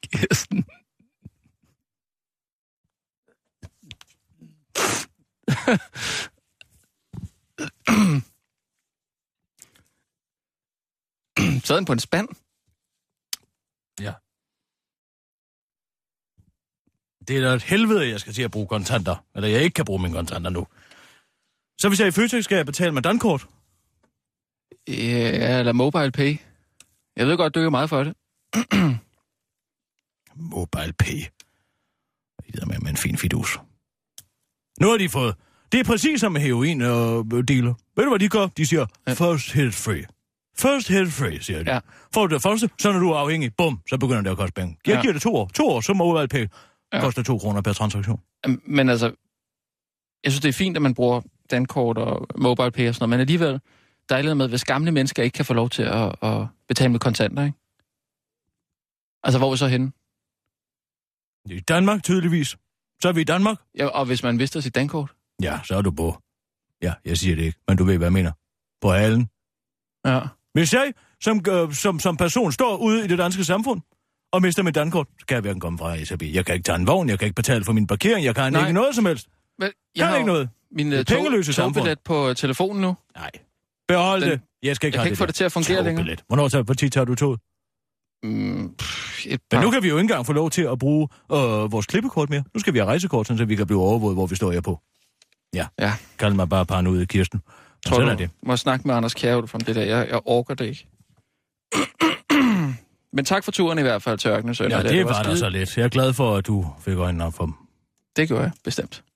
[SPEAKER 5] Kirsten. Sad den på en spand?
[SPEAKER 4] Det er da et helvede, at jeg skal til at bruge kontanter. Eller jeg ikke kan bruge mine kontanter nu. Så hvis jeg er i Føtex, skal jeg betale med dankort.
[SPEAKER 5] Ja, eller mobile pay. Jeg ved godt, du ikke er meget for det.
[SPEAKER 4] Mobile Pay. Det er med, med en fin fidus. Nu har de fået... Det er præcis som med heroin og øh, dealer. Ved du, hvad de gør? De siger,
[SPEAKER 5] Ja.
[SPEAKER 4] first hit free. First hit free, siger de.
[SPEAKER 5] Ja.
[SPEAKER 4] Får du det første, så når du er afhængig, bum, så begynder det at koste penge. Jeg
[SPEAKER 5] Ja.
[SPEAKER 4] giver det to år. To år, så må Mobile Pay
[SPEAKER 5] Ja.
[SPEAKER 4] koster to kroner per transaktion.
[SPEAKER 5] Men altså, jeg synes, det er fint, at man bruger dankort og mobile pay og sådan noget, men alligevel, stejlede med, hvis gamle mennesker ikke kan få lov til at, at betale med kontanter, ikke? Altså, hvor er vi så henne?
[SPEAKER 4] I Danmark, tydeligvis. Så er vi i Danmark.
[SPEAKER 5] Ja, og hvis man vidste sit dankort?
[SPEAKER 4] Ja, så er du på. Ja, jeg siger det ikke, men du ved, hvad jeg mener. På halen.
[SPEAKER 5] Ja.
[SPEAKER 4] Hvis jeg som, øh, som, som person står ude i det danske samfund og mister mit dankort, så kan jeg hverken komme fra SAB. Jeg kan ikke tage en vogn, jeg kan ikke betale for min parkering, jeg kan
[SPEAKER 5] Nej.
[SPEAKER 4] Nej. ikke noget som helst.
[SPEAKER 5] Men,
[SPEAKER 4] Jeg kan
[SPEAKER 5] har
[SPEAKER 4] ikke
[SPEAKER 5] jo
[SPEAKER 4] noget.
[SPEAKER 5] Min
[SPEAKER 4] Det
[SPEAKER 5] øh,
[SPEAKER 4] er pengeløse
[SPEAKER 5] tog,
[SPEAKER 4] samfund.
[SPEAKER 5] togbillet på øh, telefonen nu.
[SPEAKER 4] Nej. Behold
[SPEAKER 5] Den-
[SPEAKER 4] Den... det. Jeg skal ikke
[SPEAKER 5] Jeg
[SPEAKER 4] have
[SPEAKER 5] kan ikke få det til at fungere længere.
[SPEAKER 4] Togbillet. Hvornår tager parti tager du toget?
[SPEAKER 5] Mm, pff, et
[SPEAKER 4] Men
[SPEAKER 5] par-
[SPEAKER 4] nu kan vi jo ikke engang få lov til at bruge øh, vores klippekort mere. Nu skal vi have rejsekort, sådan, så vi kan blive overvåget, hvor vi står her på. Ja.
[SPEAKER 5] Ja.
[SPEAKER 4] Kald mig bare paranoid, Kirsten. Men
[SPEAKER 5] Tror
[SPEAKER 4] sådan
[SPEAKER 5] du,
[SPEAKER 4] er det.
[SPEAKER 5] må snakke med Anders Kjærhulf om det der. Jeg, jeg orker det ikke. Men tak for turen i hvert fald til Ørkene Sønder.
[SPEAKER 4] Ja, det
[SPEAKER 5] var
[SPEAKER 4] var der
[SPEAKER 5] skide-
[SPEAKER 4] så lidt. Jeg er glad for, at du fik øjnene op for dem.
[SPEAKER 5] Det gjorde jeg, bestemt.